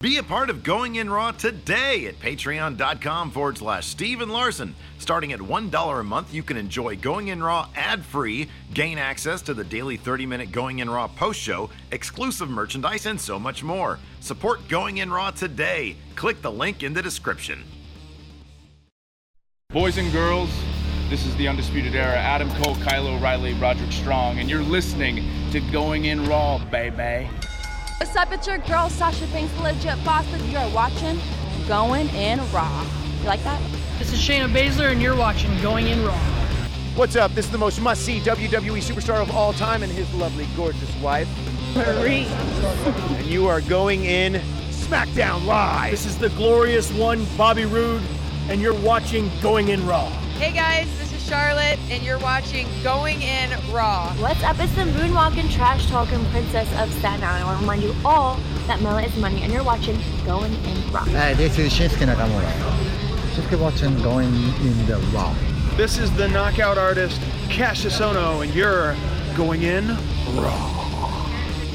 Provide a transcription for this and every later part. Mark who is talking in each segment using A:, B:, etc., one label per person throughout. A: Be a part of Going In Raw today at patreon.com forward slash Steven Larson. Starting at $1 a month, you can enjoy Going In Raw ad free, gain access to the daily 30 minute Going In Raw post show, exclusive merchandise, and so much more. Support Going In Raw today. Click the link in the description.
B: Boys and girls, this is the Undisputed Era. Adam Cole, Kylo Riley, Roderick Strong, and you're listening to Going In Raw, baby.
C: What's up? It's your girl Sasha Banks, the legit boss. If you're watching, going in raw. You like that?
D: This is Shayna Baszler, and you're watching Going In Raw.
E: What's up? This is the most must see WWE E superstar of all time and his lovely, gorgeous wife. Marie. and you are going in SmackDown Live.
F: This is the glorious one, Bobby Roode, and you're watching Going In Raw.
G: Hey guys, this is Charlotte, and you're watching Going In Raw.
H: What's up? It's the moonwalking, trash talking princess of Staten Island. I want to remind you all that Mela is money, and you're watching Going In Raw.
I: Hi, this is Shinsuke Nakamura. Shinsuke watching Going in the Raw.
J: This is the knockout artist Cassius Ono, and you're going in raw.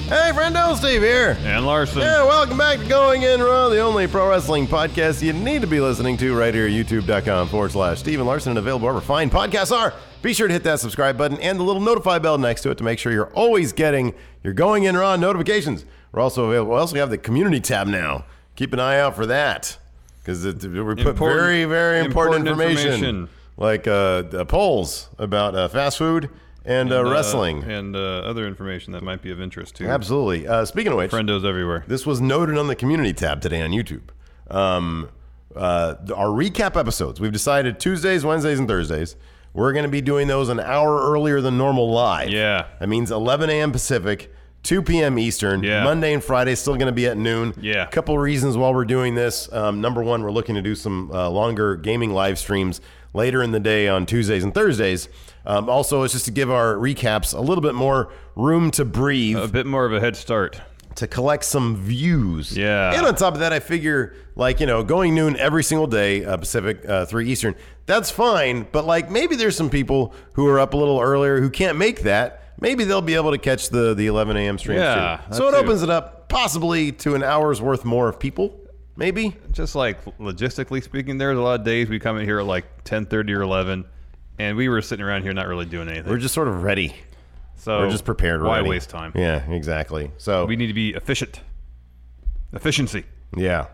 K: Hey, friendo, Steve here.
L: And Larson.
K: Yeah, welcome back to Going In Raw, the only pro wrestling podcast you need to be listening to right here at youtube.com forward slash Steven Larson and available wherever fine podcasts are. Be sure to hit that subscribe button and the little notify bell next to it to make sure you're always getting your Going In Raw notifications. We're also available. We also have the community tab now. Keep an eye out for that because we put
L: Important-
K: very, very
L: important
K: important, information,
L: information.
K: like uh, uh, polls about uh, fast food and, uh,
L: uh,
K: wrestling.
L: and uh, other information that might be of interest to
K: Absolutely. Uh, speaking of which,
L: friendos everywhere.
K: This was noted on the community tab today on YouTube. Um, uh, our recap episodes, we've decided Tuesdays, Wednesdays, and Thursdays. We're going to be doing those an hour earlier than normal live.
L: Yeah.
K: That means 11 a.m. Pacific, 2 p.m. Eastern.
L: Yeah.
K: Monday and Friday still going to be at noon.
L: Yeah.
K: Couple reasons while we're doing this. Um, number one, we're looking to do some uh, longer gaming live streams later in the day on Tuesdays and Thursdays. Um, also, it's just to give our recaps a little bit more room to breathe
L: A bit more of a head start.
K: to collect some views.
L: Yeah.
K: And on top of that, I figure like you know going noon every single day uh, Pacific uh, three Eastern. That's fine, but like maybe there's some people who are up a little earlier who can't make that. Maybe they'll be able to catch the the 11 a.m. stream.
L: Yeah, that
K: So it
L: too.
K: opens it up possibly to an hour's worth more of people. Maybe.
L: Just like logistically speaking, there's a lot of days we come in here at like 10:30 or 11, and we were sitting around here not really doing anything.
K: We're just sort of ready.
L: so
K: We're just prepared.
L: Why
K: ready.
L: waste time?
K: Yeah, exactly. So
L: We need to be efficient. Efficiency.
K: yeah.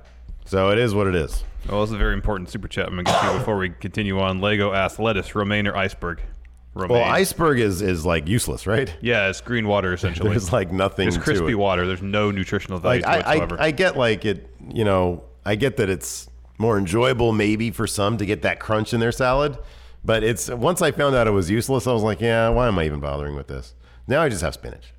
K: So it is what it is.
L: Well, this is a very important super chat I'm going to get to before we continue on. Lego asked lettuce, romaine, or iceberg? Romaine.
K: Well, iceberg is is like useless, right?
L: Yeah, it's green water essentially.
K: There's like nothing.
L: It's
K: to
L: crispy
K: it.
L: water. There's no nutritional value
K: like
L: to
K: I,
L: whatsoever.
K: I, I get like it you know i get that it's more enjoyable maybe for some to get that crunch in their salad but it's once i found out it was useless i was like yeah why am i even bothering with this now i just have spinach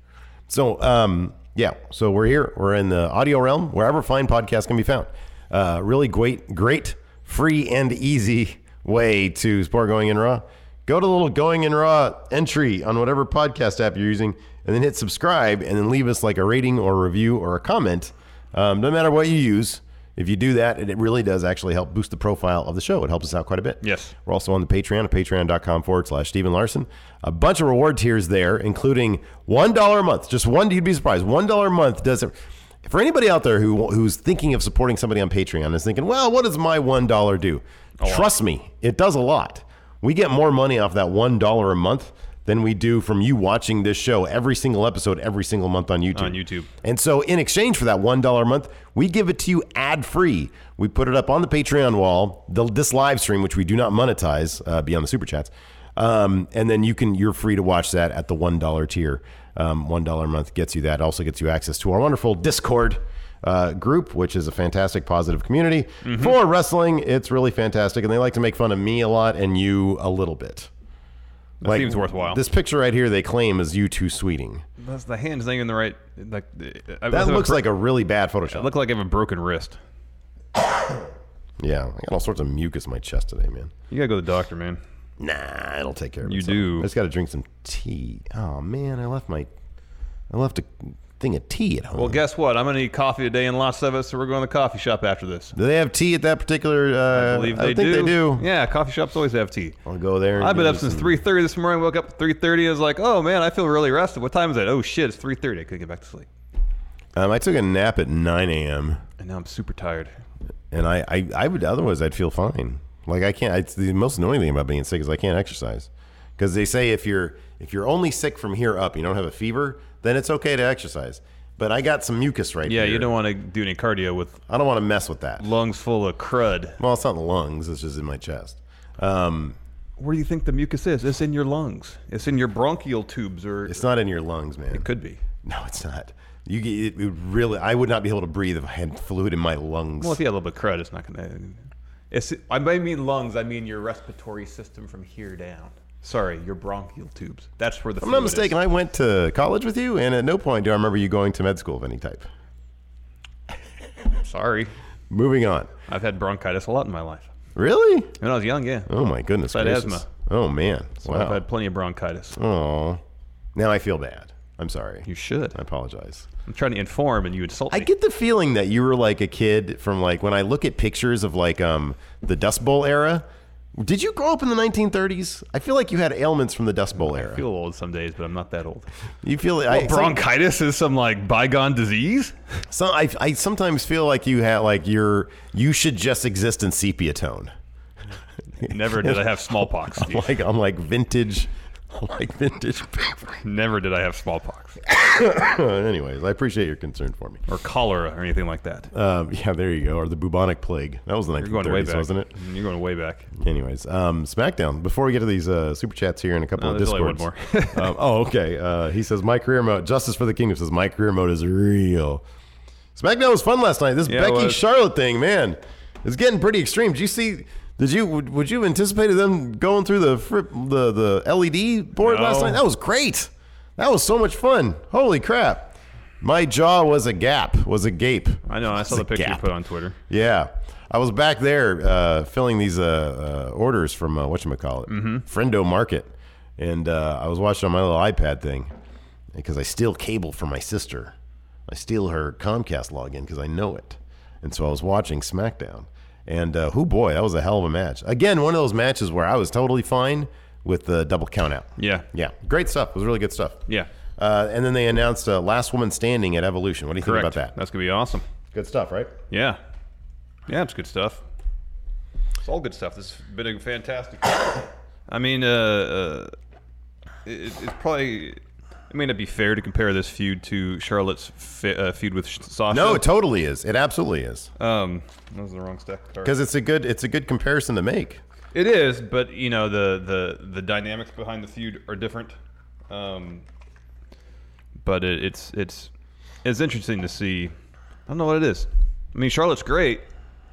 K: so um yeah so we're here we're in the audio realm wherever fine podcasts can be found uh really great great free and easy way to support going in raw go to the little going in raw entry on whatever podcast app you're using and then hit subscribe and then leave us like a rating or a review or a comment um, no matter what you use if you do that it really does actually help boost the profile of the show it helps us out quite a bit
L: Yes.
K: we're also on the patreon at patreon.com forward slash stephen larson a bunch of reward tiers there including one dollar a month just one you'd be surprised one dollar a month does it for anybody out there who who's thinking of supporting somebody on patreon and is thinking well what does my one dollar do trust me it does a lot we get more money off that one dollar a month than we do from you watching this show every single episode every single month on YouTube.
L: On YouTube.
K: And so in exchange for that one dollar a month, we give it to you ad free. We put it up on the Patreon wall, the, this live stream, which we do not monetize uh, beyond the super chats. Um, and then you can you're free to watch that at the one dollar tier. Um, one dollar a month gets you that. Also gets you access to our wonderful Discord uh, group, which is a fantastic positive community
L: Mm-hmm.
K: for wrestling. It's really fantastic, and they like to make fun of me a lot and you a little bit.
L: That seems worthwhile.
K: This picture right here, they claim is you two sweeting.
L: That's the hand's not even the right. Like I- I
K: That
L: have
K: looks
L: bro-
K: like a really bad Photoshop.
L: I look like I have a broken wrist.
K: Yeah, I got all sorts of mucus in my chest today, man.
L: You gotta go to the doctor, man.
K: Nah, it'll take care of
L: You
K: itself.
L: do.
K: I just got to drink some tea. Oh man, I left my, I left a thing of tea at home.
L: Well, guess what? I'm gonna need coffee today, and lots of it. So we're going to the coffee shop after this.
K: do they have tea at that particular? Uh,
L: I believe they
K: think
L: do.
K: they do.
L: Yeah, coffee shops always have tea.
K: I'll go there. and
L: I've been
K: get
L: up
K: me
L: since
K: some-
L: three thirty this morning. Woke up at three thirty. I was like, oh man, I feel really rested. What time is it? Oh shit, it's three thirty. I couldn't get back to sleep,
K: Um, I took a nap at nine a.m.
L: and now I'm super tired.
K: and I, I, I would otherwise I'd feel fine. Like I can't. It's the most annoying thing about being sick is I can't exercise because they say if you're if you're only sick from here up, you don't have a fever, then it's okay to exercise. But I got some mucus right
L: Yeah,
K: here.
L: you don't want to do any cardio with.
K: I don't want to mess with that.
L: Lungs full of crud.
K: Well, it's not in the lungs. It's just in my chest. Um,
L: Where do you think the mucus is? It's in your lungs. It's in your bronchial tubes, or
K: it's not in your lungs, man. It
L: could be.
K: No, it's not. You get it, would really. I would not be able to breathe if I had fluid in my lungs.
L: Well, if you had a little bit of crud, it's not gonna. It's. I may mean lungs. I mean your respiratory system from here down. Sorry, your bronchial tubes. That's where the.
K: If I'm not
L: fluid is.
K: mistaken, I went to college with you, and at no point do I remember you going to med school of any type.
L: Sorry.
K: Moving on.
L: I've had bronchitis a lot in my life.
K: Really?
L: When I was young, yeah.
K: Oh my goodness
L: I had
K: gracious.
L: asthma.
K: Oh man.
L: So
K: wow.
L: I've had plenty of bronchitis.
K: Oh. Now I feel bad. I'm sorry.
L: You should.
K: I apologize.
L: I'm trying to inform, and you insult
K: I
L: me.
K: get the feeling that you were like a kid from like when I look at pictures of like um the Dust Bowl era. Did you grow up in the 1930s? I feel like you had ailments from the Dust Bowl era.
L: I feel old some days, but I'm not that old.
K: You feel
L: Well, bronchitis is some like bygone disease.
K: Some I, I sometimes feel like you had like your you should just exist in sepia tone.
L: Never did I have smallpox.
K: I'm like I'm like vintage, I'm like vintage paper.
L: Never did I have smallpox
K: Anyways, I appreciate your concern for me.
L: or cholera or anything like that.
K: Um, yeah, there you go. Or the bubonic plague. That was the
L: You're going way
K: 1930s,
L: back,
K: wasn't it?
L: You're going way back.
K: Anyways, um, SmackDown. Before we get to these uh, super chats here and a couple
L: No,
K: of
L: there's only one
K: discords. um, oh, okay. Uh, he says my career mode. Justice for the Kingdom says my career mode is real. SmackDown was fun last night. This
L: Yeah, it
K: Becky
L: was.
K: Charlotte thing, man, is getting pretty extreme. Did you see? Did you would, would you anticipated them going through the fripp the the LED board
L: No.
K: last night? That was great. That was so much fun. Holy crap! My jaw was a gap. Was a gape.
L: I know. I saw the
K: a
L: picture you
K: gap.
L: put on Twitter.
K: Yeah. I was back there uh, filling these uh, uh, orders from uh, whatchamacallit,
L: Mhm.
K: Friendo Market. And uh, I was watching on my little iPad thing because I steal cable from my sister. I steal her Comcast login because I know it. And so I was watching SmackDown. And uh, who boy, that was a hell of a match. Again, one of those matches where I was totally fine with the double count out.
L: Yeah.
K: Yeah. Great stuff. It was really good stuff.
L: Yeah.
K: Uh, and then they announced uh, Last Woman Standing at Evolution. What do you
L: Correct.
K: think about that?
L: That's gonna be awesome.
K: Good stuff, right?
L: Yeah. Yeah, it's good stuff. It's all good stuff. This has been a fantastic. I mean, uh, uh it, it's probably. It may not be fair to compare this feud to Charlotte's fe- uh, feud with Sh- Sasha.
K: No, it totally is. It absolutely is.
L: Um, that was the wrong stack. of cards.
K: because it's a good it's a good comparison to make.
L: It is, but you know the the the dynamics behind the feud are different. Um, but it, it's it's it's interesting to see. I don't know what it is. I mean, Charlotte's great,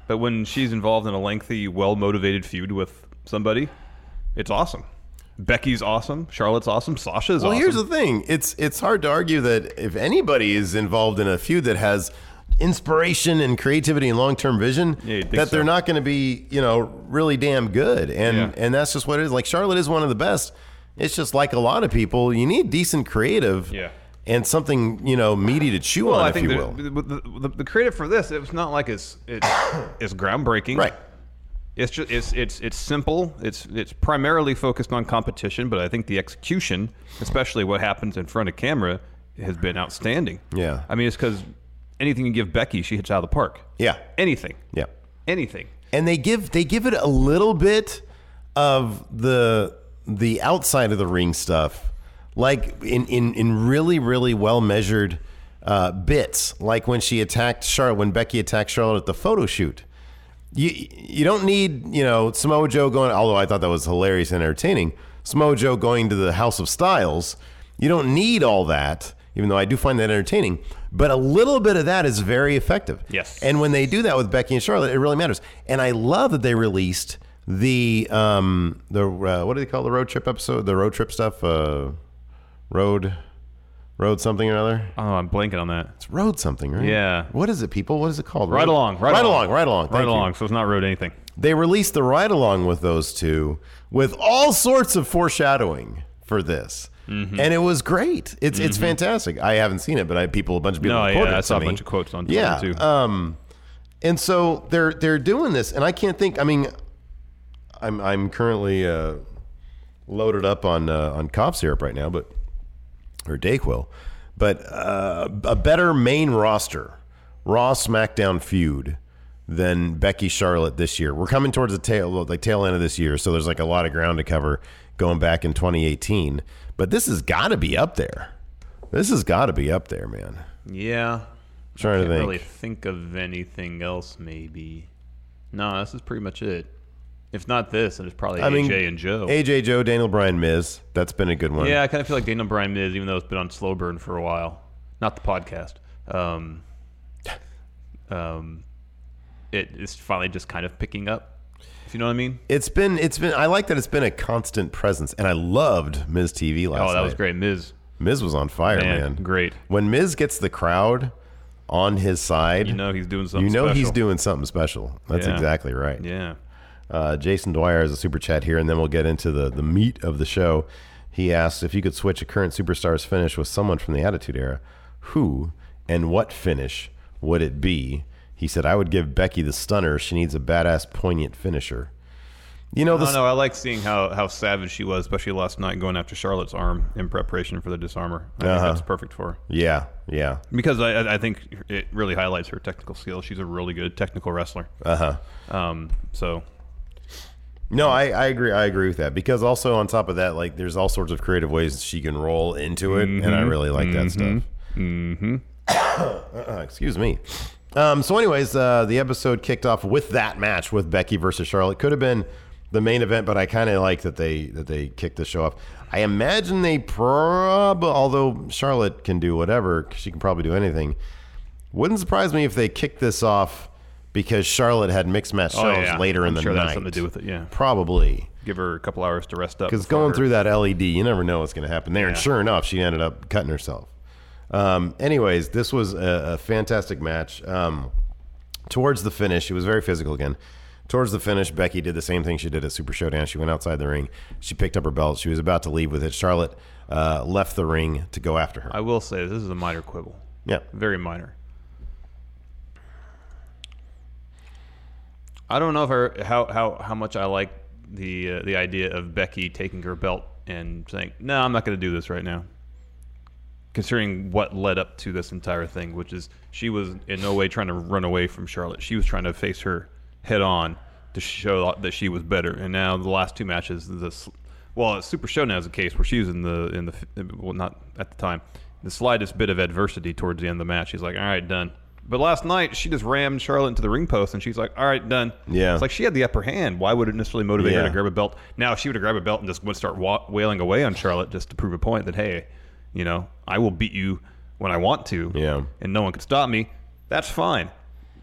L: but when she's involved in a lengthy, well motivated feud with somebody, it's awesome. Becky's awesome. Charlotte's awesome. Sasha's
K: well,
L: awesome.
K: here's the thing: it's it's hard to argue that if anybody is involved in a feud that has inspiration and creativity and long term vision,
L: you'd think
K: that they're
L: so.
K: not going to be you know really damn good. And
L: Yeah.
K: and that's just what it is. Like Charlotte is one of the best. It's just like a lot of people, you need decent creative.
L: Yeah.
K: And something you know meaty to chew
L: Well,
K: on,
L: I
K: if
L: think
K: you
L: the,
K: will.
L: The, the, the creative for this, it's not like it's it's, it's groundbreaking, right? It's just it's it's it's simple. It's it's primarily focused on competition, but I think the execution, especially what happens in front of camera, has been outstanding.
K: Yeah.
L: I mean, it's because anything you give Becky, she hits out of the park.
K: Yeah,
L: anything,
K: yeah.
L: anything.
K: and they give they give it a little bit of the the outside of the ring stuff like in in, in really really well measured uh, bits like when she attacked Charlotte when Becky attacked Charlotte at the photo shoot you you don't need you know Samoa Joe going although I thought that was hilarious and entertaining Samoa Joe going to the House of Styles you don't need all that even though I do find that entertaining but a little bit of that is very effective
L: Yes.
K: and when they do that with Becky and Charlotte, it really matters. And I love that they released the um the uh, what do they call the road trip episode? The road trip stuff. Uh, road, road something or other.
L: Oh, I'm blanking on that.
K: It's road something, right?
L: Yeah.
K: What is it, people? What is it called?
L: Right
K: Road-
L: along. Right,
K: right along, right along.
L: Right
K: Thank you.
L: along. So it's not road anything.
K: They released the ride along with those two with all sorts of foreshadowing for this.
L: Mm-hmm.
K: And it was great. It's it's
L: Mhm.
K: fantastic. I haven't seen it, but I people a bunch of people
L: No,
K: have
L: yeah,
K: quoted
L: I
K: it to
L: saw a
K: me.
L: bunch of quotes on Twitter,
K: yeah.
L: too.
K: Um, and so they're they're doing this, and I can't think. I mean, I'm I'm currently uh, loaded up on uh, on cough syrup right now, but or Dayquil, but uh, a better main roster, Raw SmackDown feud than Becky Charlotte this year. We're coming towards the tail like tail end of this year, so there's like a lot of ground to cover going back in 2018. But this has got to be up there. This has got to be up there, man.
L: Yeah.
K: Trying to
L: Can't
K: think.
L: really think of anything else. Maybe. No, this is pretty much it. If not this, then it's probably AJ and Joe.
K: AJ, Joe, Daniel Bryan, Miz. That's been a good one.
L: Yeah, I kind of feel like Daniel Bryan Miz, even though it's been on slow burn for a while. Not the podcast. Um, um, it is finally just kind of picking up. If you know what I mean.
K: It's been it's been I like that it's been a constant presence and I loved Miz TV last night.
L: Oh, that was great, Miz.
K: Miz was on fire,
L: Man,
K: man.
L: Great.
K: When Miz gets the crowd on his side,
L: You know he's doing something
K: You know he's
L: special.
K: doing something special. That's
L: Yeah.
K: exactly right.
L: Yeah.
K: Uh, Jason Dwyer has a super chat here, and then we'll get into the the meat of the show. He asks if you could switch a current superstar's finish with someone from the Attitude Era, who and what finish would it be? He said, "I would give Becky the stunner. She needs a badass, poignant finisher." You know,
L: I
K: the
L: don't know. I like seeing how, how savage she was, especially last night going after Charlotte's arm in preparation for the disarmer. I
K: Uh-huh.
L: think that's perfect for her.
K: Yeah, yeah.
L: Because I, I- I think it really highlights her technical skill. She's a really good technical wrestler.
K: Uh
L: huh. Um, so
K: No, I, I agree. I agree with that because also on top of that, like there's all sorts of creative ways she can roll into it, and I
L: Mhm,
K: really like that
L: mhm,
K: stuff. Mm-hmm. uh, excuse me. Um, so, anyways, uh, the episode kicked off with that match with Becky versus Charlotte. Could have been the main event, but I kind of like that they that they kicked the show off. I imagine they prob although Charlotte can do whatever, she can probably do anything. Wouldn't surprise me if they kicked this off because Charlotte had mixed match
L: Oh,
K: shows
L: yeah.
K: later
L: I'm
K: in the
L: sure
K: night.
L: that has something to do with it, yeah.
K: probably
L: give her a couple hours to rest up.
K: because
L: before
K: going
L: her-
K: through that LED, you never know what's going to happen there. And
L: Yeah.
K: sure enough, she ended up cutting herself. Um, anyways, this was a, a fantastic match. Um, towards the finish, it was very physical again. Towards the finish, Becky did the same thing she did at Super Showdown. She went outside the ring. She picked up her belt. She was about to leave with it. Charlotte uh, left the ring to go after her.
L: I will say this is a minor quibble.
K: Yeah.
L: Very minor. I don't know if I, how how how much I like the uh, the idea of Becky taking her belt and saying, "No, I'm not going to do this right now." Considering what led up to this entire thing, which is she was in no way trying to run away from Charlotte. She was trying to face her head on to show that she was better. And now the last two matches, this well, Super Showdown is a case where she was in the in the well, not at the time, the slightest bit of adversity towards the end of the match. She's like, "All right, done." But last night she just rammed Charlotte into the ring post, and she's like, "All right, done."
K: Yeah.
L: It's like she had the upper hand. Why would it necessarily motivate her
K: Yeah.
L: to grab a belt? Now, if she would have grabbed a belt and just would start wa- wailing away on Charlotte just to prove a point that, hey, you know, I will beat you when I want to. Yeah. And no one can stop me. That's fine.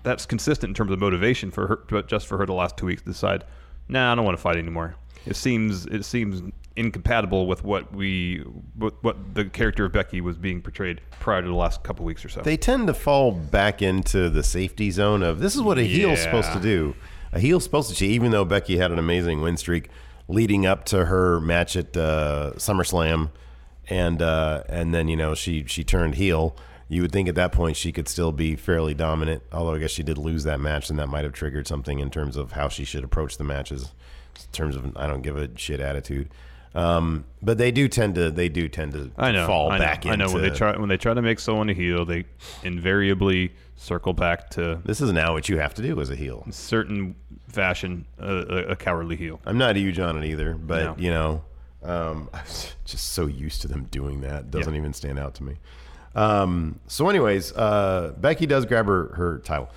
L: That's consistent in terms of motivation for her, but just for her the last two weeks to decide, nah, I don't want to fight anymore. It seems it seems incompatible with what we what, what the character of Becky was being portrayed prior to the last couple weeks or so.
K: They tend to fall back into the safety zone of this is what a heel's
L: Yeah.
K: supposed to do. A heel's supposed to, even though Becky had an amazing win streak leading up to her match at uh, SummerSlam, and uh, and then you know she she turned heel. You would think at that point she could still be fairly dominant, although I guess she did lose that match, and that might have triggered something in terms of how she should approach the matches, in terms of an I don't give a shit attitude. Um, but they do tend to they do tend to
L: I know.
K: fall
L: I know,
K: back
L: I
K: into
L: know when they try when they try to make someone a heel, they invariably circle back to.
K: This is now what you have to do as a heel.
L: Certain fashion, a, a- a cowardly heel.
K: I'm not huge on it either, but
L: No.
K: you know, um, I was just so used to them doing that. It doesn't even stand out to me. Um, so, anyways, uh, Becky does grab her, her title.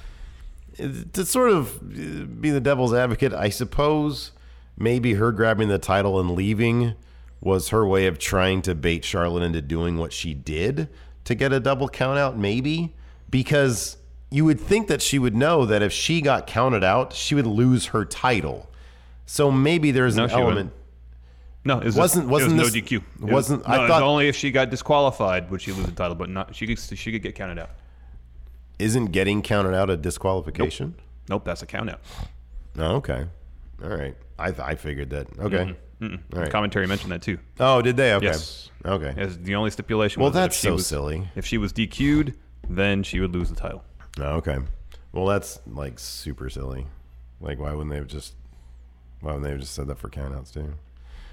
K: Uh, To sort of uh, be the devil's advocate, I suppose maybe her grabbing the title and leaving was her way of trying to bait Charlotte into doing what she did to get a double count out, maybe. Because you would think that she would know that if she got counted out, she would lose her title So maybe there's
L: No,
K: an
L: she wouldn't.
K: element.
L: No, it was
K: Wasn't-
L: it
K: wasn't
L: was
K: this-
L: no DQ. It was-
K: wasn't- I
L: no, it was
K: thought-
L: only if she got disqualified would she lose the title, but not she could she could get counted out.
K: Isn't getting counted out a disqualification?
L: Nope, that's a count out.
K: Oh, okay. All right. I th- I figured that. Okay.
L: Mm-mm, mm-mm.
K: All right.
L: Commentary mentioned that too.
K: Oh, did they? Okay.
L: Yes.
K: Okay.
L: As the only stipulation.
K: Well,
L: was that if
K: that's
L: she
K: so
L: was-
K: silly.
L: If she was DQ'd, then she would lose the title.
K: Oh, okay. Well, that's like super silly. Like, why wouldn't they have just? Why wouldn't they have just said that for countouts too?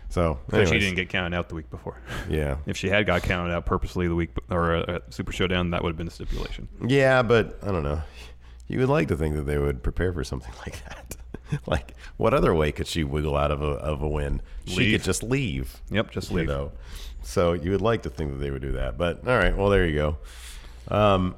K: So,
L: But she
K: anyways.
L: didn't get counted out the week before.
K: Yeah.
L: If she had got counted out purposely the week b- or uh, at Super Showdown, that would have been a stipulation.
K: Yeah, but I don't know. You would like to think that they would prepare for something like that. like, what other way could she wiggle out of a of a win? She
L: Leave.
K: could just leave.
L: Yep, just leave.
K: You know? So you would like to think that they would do that, but all right. Well, there you go. Um,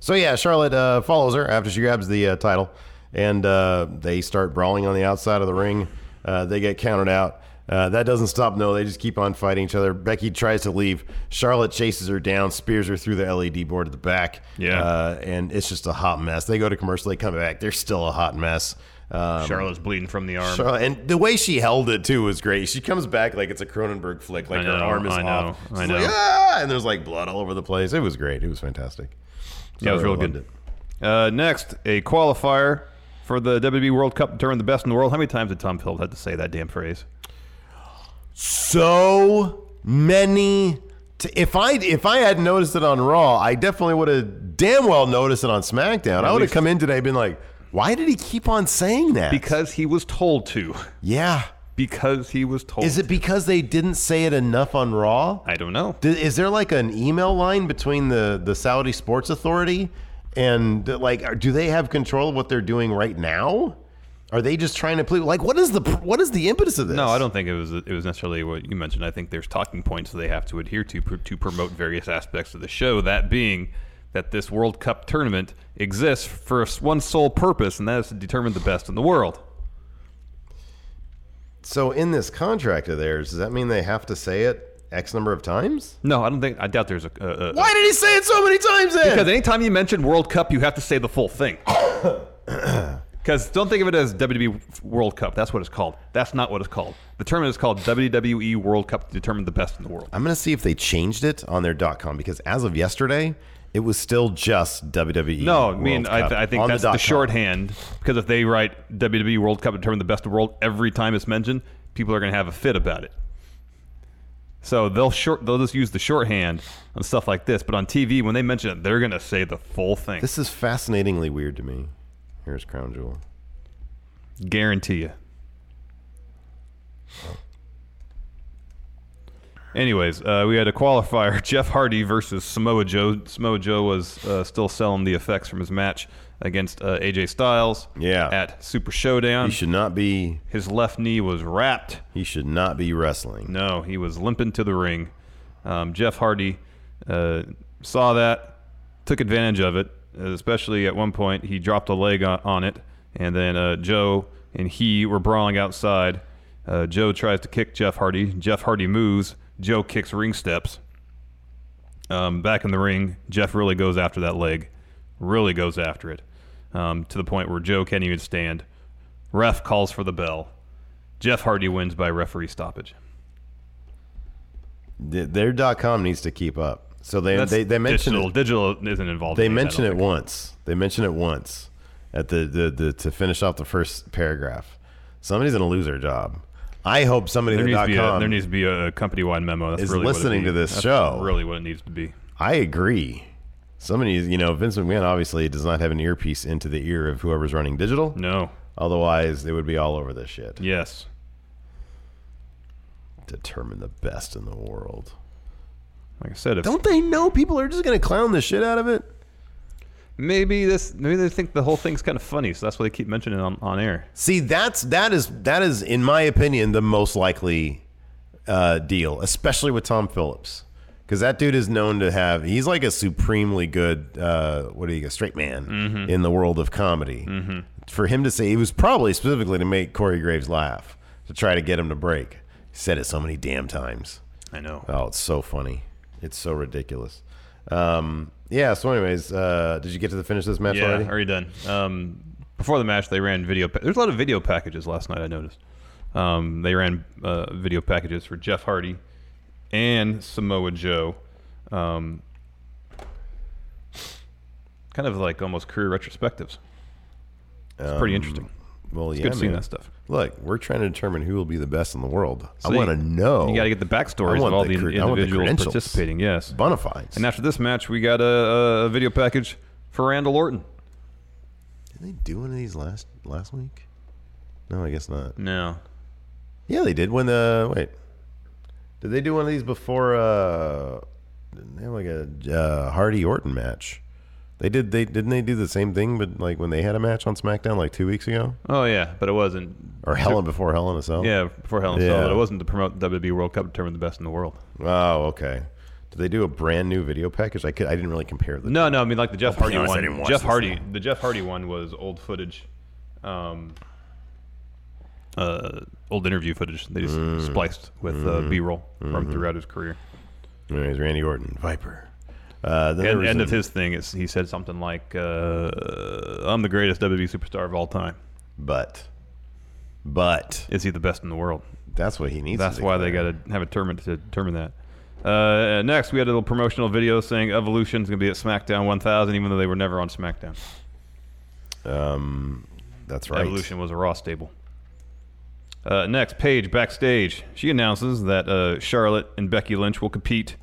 K: so yeah, Charlotte uh, follows her after she grabs the uh, title, and uh, they start brawling on the outside of the ring. Uh, they get counted out. Uh, that doesn't stop. No, they just keep on fighting each other. Becky tries to leave. Charlotte chases her down, spears her through the LED board at the back. Yeah, uh, and it's just a hot mess. They go to commercial. They come back. They're still a hot mess. Um,
L: Charlotte's bleeding from the arm.
K: Charlotte, and the way she held it too was great. She comes back like it's a Cronenberg flick, like
L: I
K: her
L: know,
K: arm is
L: I know,
K: off.
L: I
K: She's
L: know.
K: like, "Ah!" and there's like blood all over the place. It was great. It was fantastic.
L: Yeah, it was
K: So I
L: real
K: loved
L: good. Uh, next, a qualifier for the WWE World Cup to earn the best in the world. How many times did Tom Phillips have to say that damn phrase?
K: so many. T- if I if I had noticed it on Raw, I definitely would have damn well noticed it on SmackDown. I would have
L: least-
K: come in today and been like, why did he keep on saying that?
L: Because he was told to.
K: Yeah.
L: Because he was told.
K: Is it because they didn't say it enough on Raw?
L: I don't know.
K: Is there like an email line between the the Saudi Sports Authority and like are- do they have control of what they're doing right now? Are they just trying to plead? Like, what is the pr- what is the impetus of this?
L: No, I don't think it was it was necessarily what you mentioned. I think there's talking points that they have to adhere to pr- to promote various aspects of the show. That being that this World Cup tournament exists for s- one sole purpose, and that is to determine the best in the world.
K: So in this contract of theirs, does that mean they have to say it x number of times?
L: No, I don't think. I doubt there's a. a, a
K: Why did he say it so many times? Then
L: Because anytime you mention World Cup, you have to say the full thing. Because don't think of it as WWE World Cup. That's what it's called. That's not what it's called. The tournament is called WWE World Cup to determine the best in the world.
K: I'm going to see if they changed it on their .com because as of yesterday, it was still just WWE.
L: No, I mean,
K: E World
L: I,
K: Cup
L: th- I think
K: on
L: that's the,
K: dot com.
L: shorthand because if they write WWE World Cup to determine the best of the world every time it's mentioned, people are going to have a fit about it. So they'll short, they'll just use the shorthand on stuff like this. But on TV, when they mention it, they're going to say the full thing.
K: This is fascinatingly weird to me. Here's Crown Jewel.
L: Guarantee you. Anyways, uh, we had a qualifier: Jeff Hardy versus Samoa Joe. Samoa Joe was uh, still selling the effects from his match against uh, AJ Styles.
K: Yeah.
L: At Super Showdown,
K: He should not be.
L: His left knee was wrapped.
K: He should not be wrestling.
L: No, he was limping to the ring. Um, Jeff Hardy uh, saw that, took advantage of it. Especially at one point, he dropped a leg on, on it, and then uh, Joe and he were brawling outside. Uh, Joe tries to kick Jeff Hardy. Jeff Hardy moves. Joe kicks ring steps. Um, back in the ring, Jeff really goes after that leg, really goes after it, um, to the point where Joe can't even stand. Ref calls for the bell. Jeff Hardy wins by referee stoppage.
K: Th- Their dot .com needs to keep up. So they
L: That's
K: they, they mention
L: digital.
K: it.
L: Digital isn't involved.
K: They
L: in these, I
K: mention
L: don't
K: it
L: think.
K: once. They mention it once at the, the, the to finish off the first paragraph. Somebody's gonna lose their job. I hope somebody
L: There
K: at the
L: needs, to
K: dot
L: be a,
K: com
L: there needs to be a company-wide memo. That's
K: is
L: really what it
K: listening to
L: needs-
K: this
L: that's
K: show.
L: Really, what it needs to be.
K: I agree. Somebody, you know, Vince McMahon obviously does not have an earpiece into the ear of whoever's running digital.
L: No.
K: Otherwise, they would be all over this shit.
L: Yes.
K: Determine the best in the world.
L: Like I said, if
K: Don't they know people are just going to clown the shit out of it?
L: maybe this, maybe they think the whole thing's kind of funny, so that's why they keep mentioning it on, on air.
K: See, that's that is that is, in my opinion, the most likely uh, deal, especially with Tom Phillips, because that dude is known to have he's like a supremely good uh, what do you a straight man in the world of comedy. For him to say it was probably specifically to make Corey Graves laugh to try to get him to break. He said it so many damn times.
L: I know.
K: Oh, it's so funny. It's so ridiculous. Um, yeah. So, anyways, uh, did you get to the finish of this match
L: yeah,
K: already?
L: already done. Um, before the match, they ran video. Pa- There's a lot of video packages last night. I noticed. Um, they ran uh, video packages for Jeff Hardy and Samoa Joe. Um, kind of like almost career retrospectives. It's pretty
K: Um,
L: interesting.
K: Well,
L: It's
K: yeah,
L: good seeing
K: man.
L: that stuff.
K: Look, we're trying to determine who will be the best in the world.
L: So
K: I
L: you-
K: want to know.
L: You got to get the
K: oh, I
L: backstories of
K: want
L: all the,
K: cre- I want
L: individuals
K: credentials.
L: participating. Yes,
K: bonafides.
L: And after this match, we got a, a video package for Randall Orton.
K: Did they do one of these last last week? No, I guess not.
L: No.
K: Yeah, they did when the wait. Did they do one of these before? uh Didn't they have like a uh, Hardy Orton match? They did. They didn't they do the same thing, but like when they had a match on SmackDown like two weeks ago,
L: Oh yeah, but it wasn't.
K: or Hell in before Hell in a Cell.
L: Yeah, before Hell in a Cell, but it wasn't to promote the WWE World Cup to determine the best in the world.
K: Oh, okay. Did they do a brand new video package? I could. I didn't really compare the.
L: No, no, I mean like the Jeff
K: I'll
L: Hardy
K: be honest, I didn't
L: one.
K: watch
L: Jeff
K: this
L: Hardy, the Jeff Hardy one was old footage, um, uh, old interview footage. They just
K: Mm.
L: spliced with uh,
K: Mhm.
L: B-roll from
K: Mhm.
L: throughout his career.
K: Anyways, Randy Orton, Viper. Uh, then there
L: And
K: was
L: end of
K: an-
L: his thing is he said something like, uh, "I'm the greatest WWE superstar of all time."
K: But, but
L: is he the best in the world?
K: That's what he needs. to
L: That's why they got
K: declare.
L: to have a term to determine that. Uh, next, we had a little promotional video saying Evolution's going to be at SmackDown 1000, even though they were never on SmackDown.
K: Um, that's right.
L: Evolution was a Raw stable. Uh, next, Paige backstage. She announces that uh, Charlotte and Becky Lynch will compete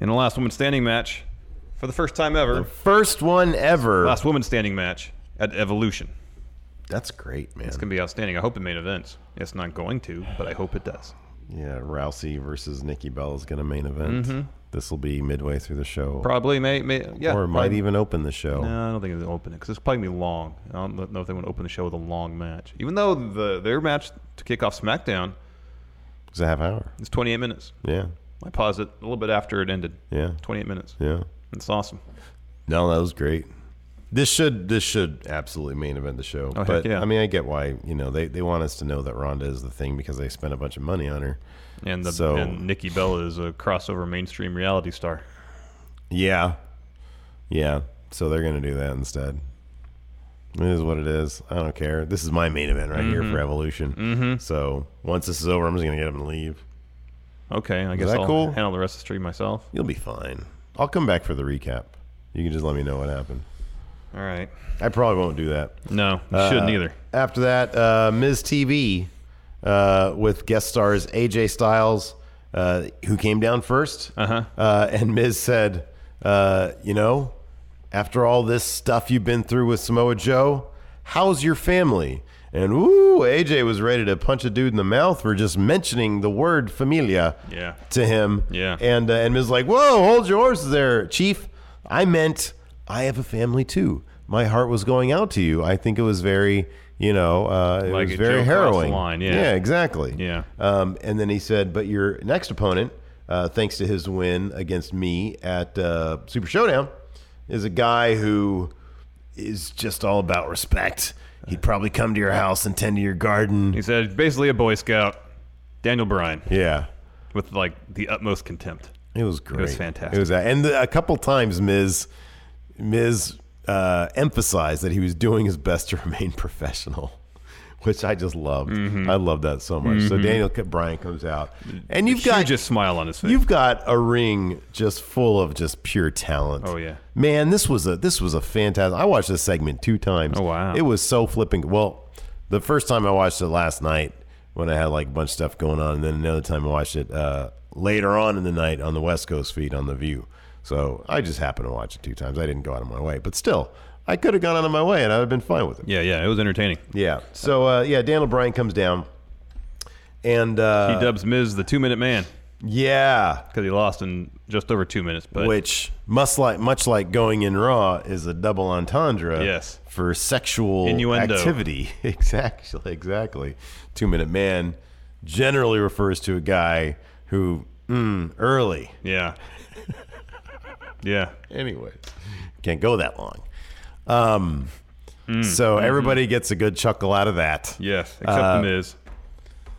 L: in the Last Woman Standing match for the first time ever.
K: first one ever.
L: Last Woman Standing match at Evolution.
K: That's great, man.
L: It's going to be outstanding. I hope it main events. It's not going to, but I hope it does.
K: Yeah, Rousey versus Nikki Bell is going to main event.
L: Mhm.
K: This will be midway through the show.
L: Probably, may, may yeah.
K: or it might
L: probably-
K: even open the show.
L: No, I don't think they'll open it because it's probably gonna be long. I don't know if they want to open the show with a long match. Even though the their match to kick off SmackDown
K: It's a half hour.
L: is 28 minutes.
K: Yeah.
L: I paused it a little bit after it ended.
K: Yeah.
L: 28 minutes.
K: Yeah.
L: It's awesome.
K: No, that was great. This should this should absolutely main event the show.
L: Oh, heck
K: but
L: yeah.
K: I mean, I get why you know they, they want us to know that Ronda is the thing because they spent a bunch of money on her.
L: And the
K: so
L: and Nikki Bella is a crossover mainstream reality star.
K: yeah, yeah. So they're gonna do that instead. It is what it is. I don't care. This is my main event right here
L: Mhm.
K: for Evolution.
L: Mhm.
K: So once this is over, I'm just gonna get up and leave.
L: Okay, I
K: Is
L: guess
K: that
L: I'll
K: cool?
L: handle the rest of the stream myself.
K: You'll be fine. I'll come back for the recap. You can just let me know what happened.
L: All right.
K: I probably won't do that.
L: No, you
K: Uh,
L: shouldn't either.
K: After that, uh, Ms. TV uh, with guest stars AJ Styles, uh, who came down 1st
L: Uh-huh.
K: Uh, and Miz said, uh, you know, after all this stuff you've been through with Samoa Joe, how's your family? And ooh, AJ was ready to punch a dude in the mouth for just mentioning the word familia
L: Yeah.
K: to him.
L: Yeah.
K: And uh, and Miz like, whoa, hold your horses there, Chief. I meant I have a family too. My heart was going out to you. I think it was very, you know, uh, it
L: Like
K: was
L: a Joe
K: very
L: crossed the
K: harrowing.
L: line, yeah.
K: exactly.
L: Yeah.
K: Um, and then he said, but your next opponent, uh, thanks to his win against me at uh, Super Showdown, is a guy who is just all about respect. He'd probably come to your house and tend to your garden. He
L: said basically a Boy Scout, Daniel Bryan.
K: Yeah.
L: With like the utmost contempt.
K: It was great.
L: It was fantastic.
K: It was, and the, a couple times, Miz, Miz uh, emphasized that he was doing his best to remain professional, which I just loved.
L: Mm-hmm.
K: I love that so much. So
L: Mhm.
K: Daniel K- Bryan comes out, and you've got
L: just smile on his face.
K: You've got a ring just full of just pure talent.
L: Oh, yeah.
K: man, this was a this was a fantastic. I watched this segment two times. Oh wow, it was so flipping. Well, the first time I watched it last night when I had like a bunch of stuff going on, and then another time I watched it uh, later on in the night on the West Coast feed on the View. So I just happened to watch it two times. I didn't go out of my way, but still, I could have gone out of my way and I'd have been fine with it.
L: Yeah, yeah, it was entertaining.
K: Yeah. So uh, yeah, Daniel Bryan comes down, and uh,
L: he dubs Miz the Two Minute Man.
K: Yeah,
L: because he lost in just over two minutes. But
K: which much like much like going in raw is a double entendre
L: Yes.
K: for sexual
L: Innuendo.
K: activity exactly exactly two minute man generally refers to a guy who mm, early
L: yeah yeah
K: anyway can't go that long um so
L: mhm.
K: everybody gets a good chuckle out of that
L: Yes, except
K: Uh,
L: the Miz.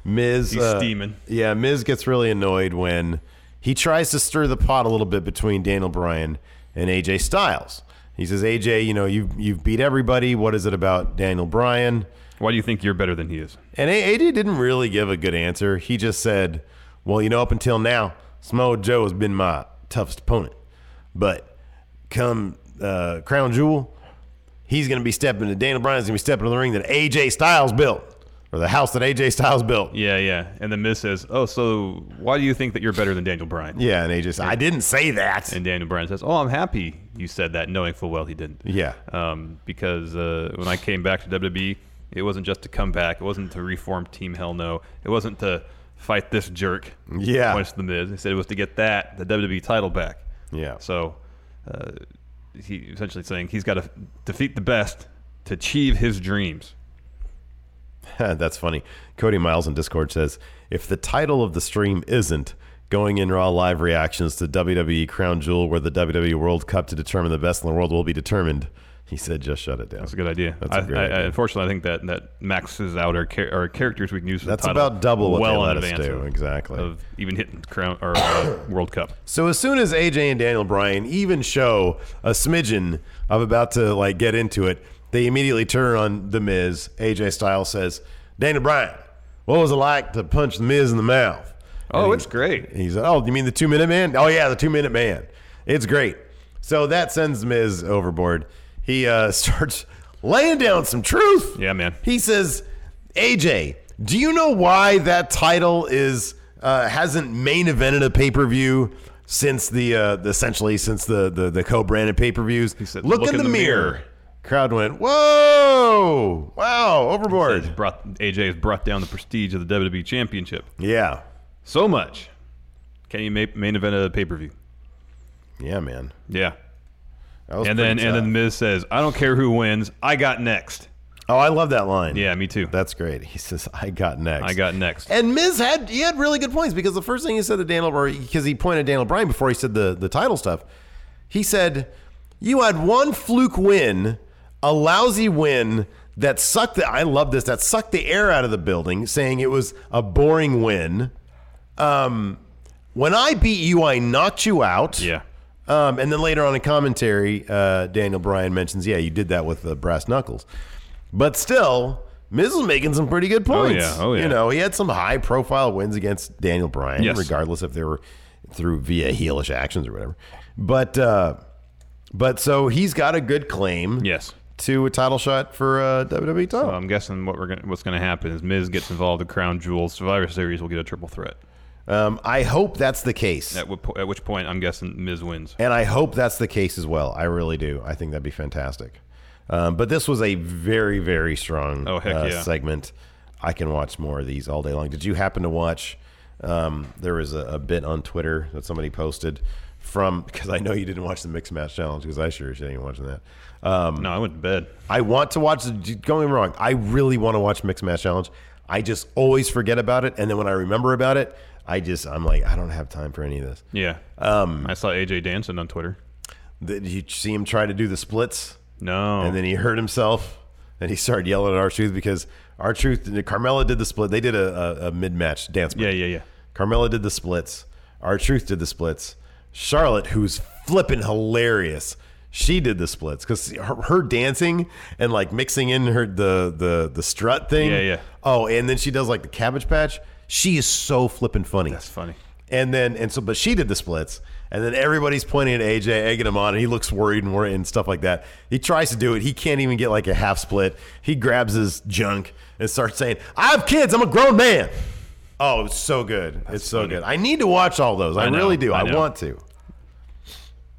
K: Miz uh,
L: He's steaming.
K: Yeah, Miz gets really annoyed when he tries to stir the pot a little bit between Daniel Bryan and AJ Styles. He says, AJ, you know, you you've beat everybody. What is it about Daniel Bryan?
L: Why do you think you're better than he is?
K: And A- AJ didn't really give a good answer. He just said, Well, you know, up until now, Samoa Joe has been my toughest opponent. But come uh, Crown Jewel, he's going to be stepping, Daniel Bryan's going to be stepping to the ring that AJ Styles built, or the house that AJ Styles built.
L: Yeah, yeah. And then Miz says, "Oh, so why do you think that you're better than Daniel Bryan?"
K: Yeah, and AJ says, "I didn't say that."
L: And Daniel Bryan says, "Oh, I'm happy you said that, knowing full well he didn't."
K: Yeah.
L: Um, because uh, when I came back to WWE, it wasn't just to come back. It wasn't to reform Team Hell No. It wasn't to fight this jerk.
K: Yeah.
L: Punch the Miz. He said it was to get that the WWE title back.
K: Yeah.
L: So uh, he essentially saying he's got to defeat the best to achieve his dreams.
K: That's funny. Cody Miles in Discord says if the title of the stream isn't going in raw live reactions to WWE Crown Jewel, where the WWE World Cup to determine the best in the world will be determined, he said just shut it down.
L: That's a good idea.
K: That's
L: I,
K: a great
L: I- I-
K: idea.
L: unfortunately, I think that, that maxes out our, char- our characters we can use. for the
K: That's
L: title
K: about double what
L: well
K: they
L: in
K: let us
L: advance
K: do,
L: of-
K: exactly.
L: Of even hitting crown or uh, World Cup.
K: So as soon as AJ and Daniel Bryan even show a smidgen of about to like get into it, they immediately turn on the Miz. AJ Styles says, "Daniel Bryan, what was it like to punch the Miz in the mouth?"
L: Oh,
K: And
L: it's great.
K: He said, "Oh, you mean the two minute man? Oh yeah, the two minute man. It's great." So that sends Miz overboard. He uh, starts laying down some truth.
L: Yeah, man.
K: He says, "AJ, do you know why that title is uh, hasn't main evented a pay per view since the, uh, the essentially since the the, the co branded pay per views? Look, in, the, mirror. Crowd went, "Whoa, wow, overboard."
L: He's brought, AJ has brought down the prestige of the WWE Championship.
K: Yeah.
L: So much. Can you ma- main event a pay per view?
K: Yeah, man.
L: Yeah.
K: was
L: and then
K: pretty
L: and
K: tough.
L: then Miz says, "I don't care who wins. I got next."
K: Oh, I love that line.
L: Yeah, me too.
K: That's great. He says, "I got next.
L: I got next."
K: And Miz had he had really good points because the first thing he said to Daniel Bryan because he pointed Daniel Bryan before he said the the title stuff. He said, "You had one fluke win, a lousy win that sucked the I love this that sucked the air out of the building, saying it was a boring win. Um, when I beat you, I knocked you out.
L: Yeah."
K: Um, and then later on in commentary, uh, Daniel Bryan mentions, "Yeah, you did that with uh, brass knuckles." But still, Miz was making some pretty good
L: Oh,
K: points.
L: yeah. Oh, yeah.
K: You know, he had some high profile wins against Daniel Bryan,
L: Yes.
K: regardless if they were through via heelish actions or whatever. But uh, but so he's got a good claim.
L: Yes.
K: To a title shot for uh, WWE title.
L: So um, I'm guessing what we're gonna, what's going to happen is Miz gets involved in Crown Jewel Survivor Series. We'll get a triple threat.
K: Um, I hope that's the case.
L: At, what po- at which point, I'm guessing Miz wins.
K: And I hope that's the case as well. I really do. I think that'd be fantastic. Um, but this was a very, very strong
L: Oh, heck
K: uh,
L: yeah.
K: segment. I can watch more of these all day long. Did you happen to watch? Um, there was a, a bit on Twitter that somebody posted from because I know you didn't watch the mixed match challenge because I sure as shit ain't watching that. Um,
L: no, I went to bed.
K: I want to watch. Going wrong. I really want to watch mixed match challenge. I just always forget about it, and then when I remember about it, I just I'm like I don't have time for any of this.
L: Yeah.
K: Um,
L: I saw AJ dancing on Twitter.
K: Did you see him try to do the splits?
L: No.
K: And then he hurt himself, and he started yelling at our truth because our truth Carmella did the split. They did a, a, a mid match dance. Yeah,
L: yeah, yeah.
K: Carmella did the splits. Our truth did the splits. Charlotte, who's flipping hilarious, she did the splits because her, her dancing and like mixing in her the the the strut thing.
L: Yeah, yeah.
K: Oh, and then she does like the Cabbage Patch. She is so flippin' funny. That's
L: funny.
K: And then and so, but she did the splits, and then everybody's pointing at AJ, egging him on, and he looks worried and worried and stuff like that. He tries to do it. He can't even get like a half split. He grabs his junk and starts saying, "I have kids. I'm a grown man." Oh, it's so good. it's so good. I need to watch all those. I,
L: I know,
K: really do.
L: I
K: I,
L: know.
K: want to.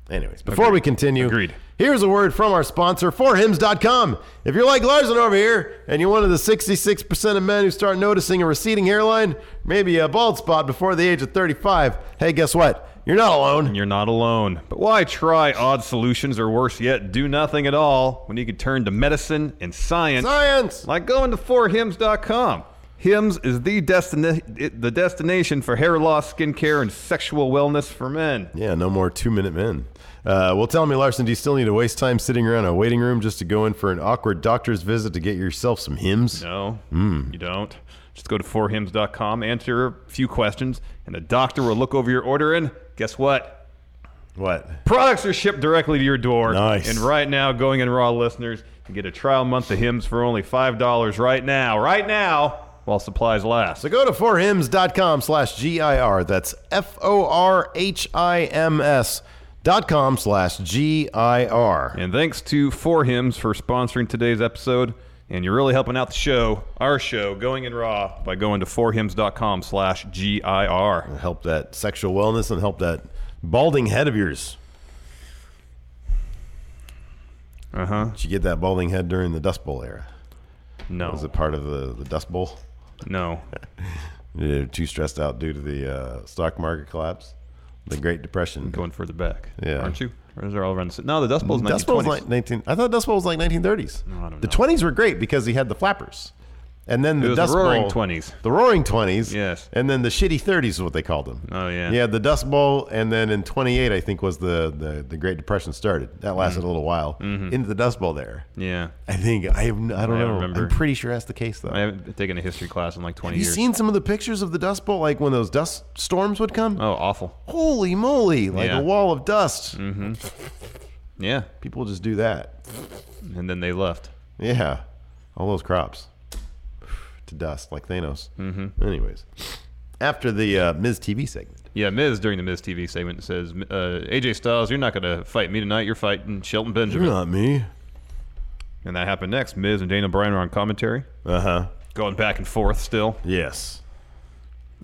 K: Anyways, before we continue, agreed. Here's a word from our sponsor, forhims.com. If you're like Larson over here and you're one of the 66% of men who start noticing a receding hairline, maybe a bald spot before the age of 35, hey, guess what? You're not alone.
L: You're not alone. But why try odd solutions or worse yet, do nothing at all when you could turn to medicine and science?
K: Science!
L: Like going to 4hims.com. Hims is the, destina- it- the destination for hair loss, skin care, and sexual wellness for men.
K: Yeah, no more two minute men. Uh, well, tell me, Larson, do you still need to waste time sitting around a waiting room just to go in for an awkward doctor's visit to get yourself some hymns?
L: No,
K: Mm.
L: you don't. Just go to 4hims.com, answer a few questions, and the doctor will look over your order and guess what?
K: What?
L: Products are shipped directly to your door.
K: Nice.
L: And right now, going in raw listeners can get a trial month of hymns for only five dollars right now. Right now, while supplies last.
K: So go to forhims.com slash G-I-R. That's F-O-R-H-I-M-S dot com slash G-I-R.
L: And thanks to Four Hymns for sponsoring today's episode. And you're really helping out the show, our show, Going in Raw, by going to fourhymns.com slash G-I-R.
K: Help that sexual wellness and help that balding head of yours.
L: Uh huh.
K: Did you get that balding head during the Dust Bowl era?
L: No.
K: Was it part of the, the Dust Bowl?
L: No.
K: You're too stressed out due to the uh, stock market collapse, the Great Depression.
L: Going further back,
K: yeah, Mm,
L: aren't you? Or is there all around the si- No, the Dust Bowl's
K: Dust Bowl's
L: 1920s.
K: like 19. I thought Dust Bowl was like 1930s.
L: No, I don't
K: the 20s were great because he had the flappers, and then
L: It
K: the
L: was the
K: Dust
L: Roaring
K: Bowl,
L: 20s.
K: the Roaring 20s,
L: Yes.
K: and then the shitty 30s is what they called them.
L: Oh yeah.
K: Yeah, the Dust Bowl, and then in 28, I think was the the, the Great Depression started. That
L: Mm-hmm.
K: lasted a little while into the Dust Bowl there.
L: Yeah.
K: I think I have, n- I don't
L: I
K: know.
L: remember.
K: I'm pretty sure that's the case though.
L: I haven't taken a history class in like 20
K: Have you
L: years.
K: seen some of the pictures of the Dust Bowl, like when those dust storms would come?
L: oh, awful.
K: Holy moly! Like
L: Yeah.
K: a wall of dust.
L: Mm-hmm. Yeah.
K: People just do that.
L: And then they left.
K: Yeah, all those crops to dust, like Thanos. Mm-hmm. Anyways, after the uh, Ms. TV segment,
L: Yeah, Miz during the Miz TV segment says, uh, AJ Styles, you're not going to fight me tonight. You're fighting Shelton Benjamin.
K: You're not me.
L: And that happened next. Miz and Daniel Bryan are on commentary.
K: Uh huh.
L: Going back and forth still.
K: Yes.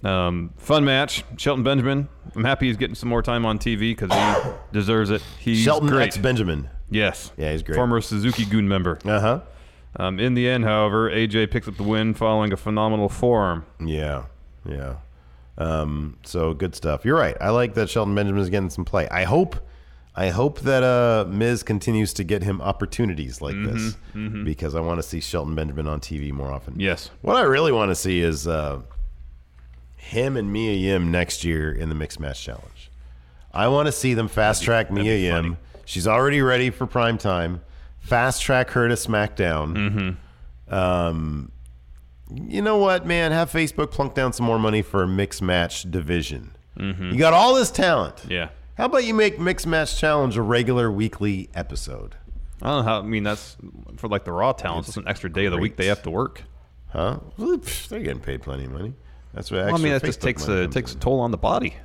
L: Um, fun match. Shelton Benjamin. I'm happy he's getting some more time on TV because he deserves it. He's
K: Shelton
L: great.
K: X Benjamin.
L: Yes.
K: Yeah, he's great.
L: Former Suzuki Goon member.
K: Uh huh.
L: Um, in the end, however, AJ picks up the win following a phenomenal forearm.
K: Yeah, yeah. Um, so good stuff. You're right. I like that Shelton Benjamin is getting some play. I hope, I hope that uh, Miz continues to get him opportunities like this
L: Mhm, mhm.
K: because I want to see Shelton Benjamin on TV more often.
L: Yes.
K: What I really want to see is uh, him and Mia Yim next year in the mixed match challenge. I want to see them fast track Mia Yim. She's already ready for prime time. Fast track her to SmackDown. Mm-hmm. Um, you know what, man? Have Facebook plunk down some more money for a mixed match division. You got all this talent.
L: Mm-hmm. Yeah.
K: How about you make mixed match challenge a regular weekly episode?
L: I don't know how. I mean, that's for like the Raw talents. It's an extra day of the week they have to work.
K: Huh? Well, pff, They're getting paid plenty of money. That's what.
L: Well, I
K: extra
L: mean, that just
K: Facebook
L: takes
K: money
L: a
K: comes
L: takes a toll on the body.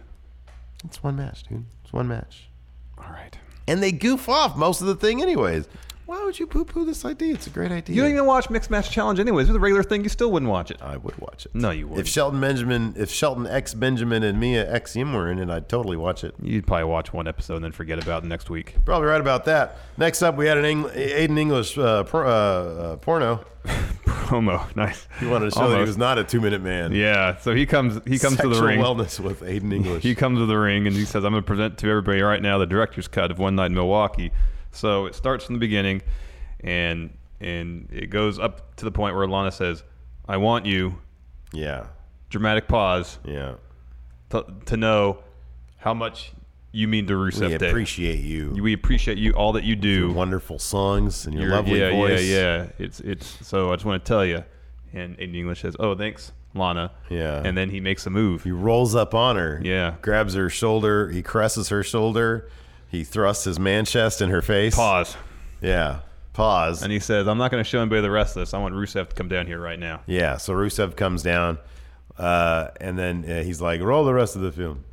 K: It's one match, dude. It's one match. All right. And they goof off most of the thing, anyways. Why would you poo poo this idea? It's a great idea.
L: You don't even watch mixed match challenge, anyways. It's a regular thing. You still wouldn't watch it.
K: I would watch it.
L: No, you
K: If
L: wouldn't.
K: Shelton Benjamin, if Shelton X Benjamin and Mia X Yim were in it, I'd totally watch it.
L: You'd probably watch one episode and then forget about it next week.
K: Probably right about that. Next up, we had an Eng- Aiden English uh, pro- uh, uh, porno.
L: Promo, nice.
K: He wanted to show that he
L: Almost.
K: was not a two minute man.
L: Yeah, so he comes. He comes to the
K: Sexual
L: ring.
K: wellness with Aiden English.
L: He comes to the ring and he says, "I'm going to present to everybody right now the director's cut of One Night in Milwaukee." So it starts from the beginning, and and it goes up to the point where Lana says, "I want you."
K: Yeah.
L: Dramatic pause.
K: Yeah.
L: To, to know how much you mean to Rusev
K: We
L: Day.
K: appreciate you.
L: We appreciate you all that you do.
K: wonderful songs and your
L: You're-
K: lovely
L: yeah,
K: voice.
L: Yeah, yeah, It's it's. So I just want to tell you. And Aiden English says, "Oh, thanks, Lana."
K: Yeah.
L: And then he makes a move.
K: He rolls up on her.
L: Yeah.
K: Grabs her shoulder. He caresses her shoulder. He thrusts his man chest in her face.
L: Pause.
K: Yeah. Pause.
L: And he says, "I'm not going to show anybody the rest of this. I want Rusev to come down here right now."
K: Yeah. So Rusev comes down, uh, and then uh, he's like, "Roll the rest of the film,"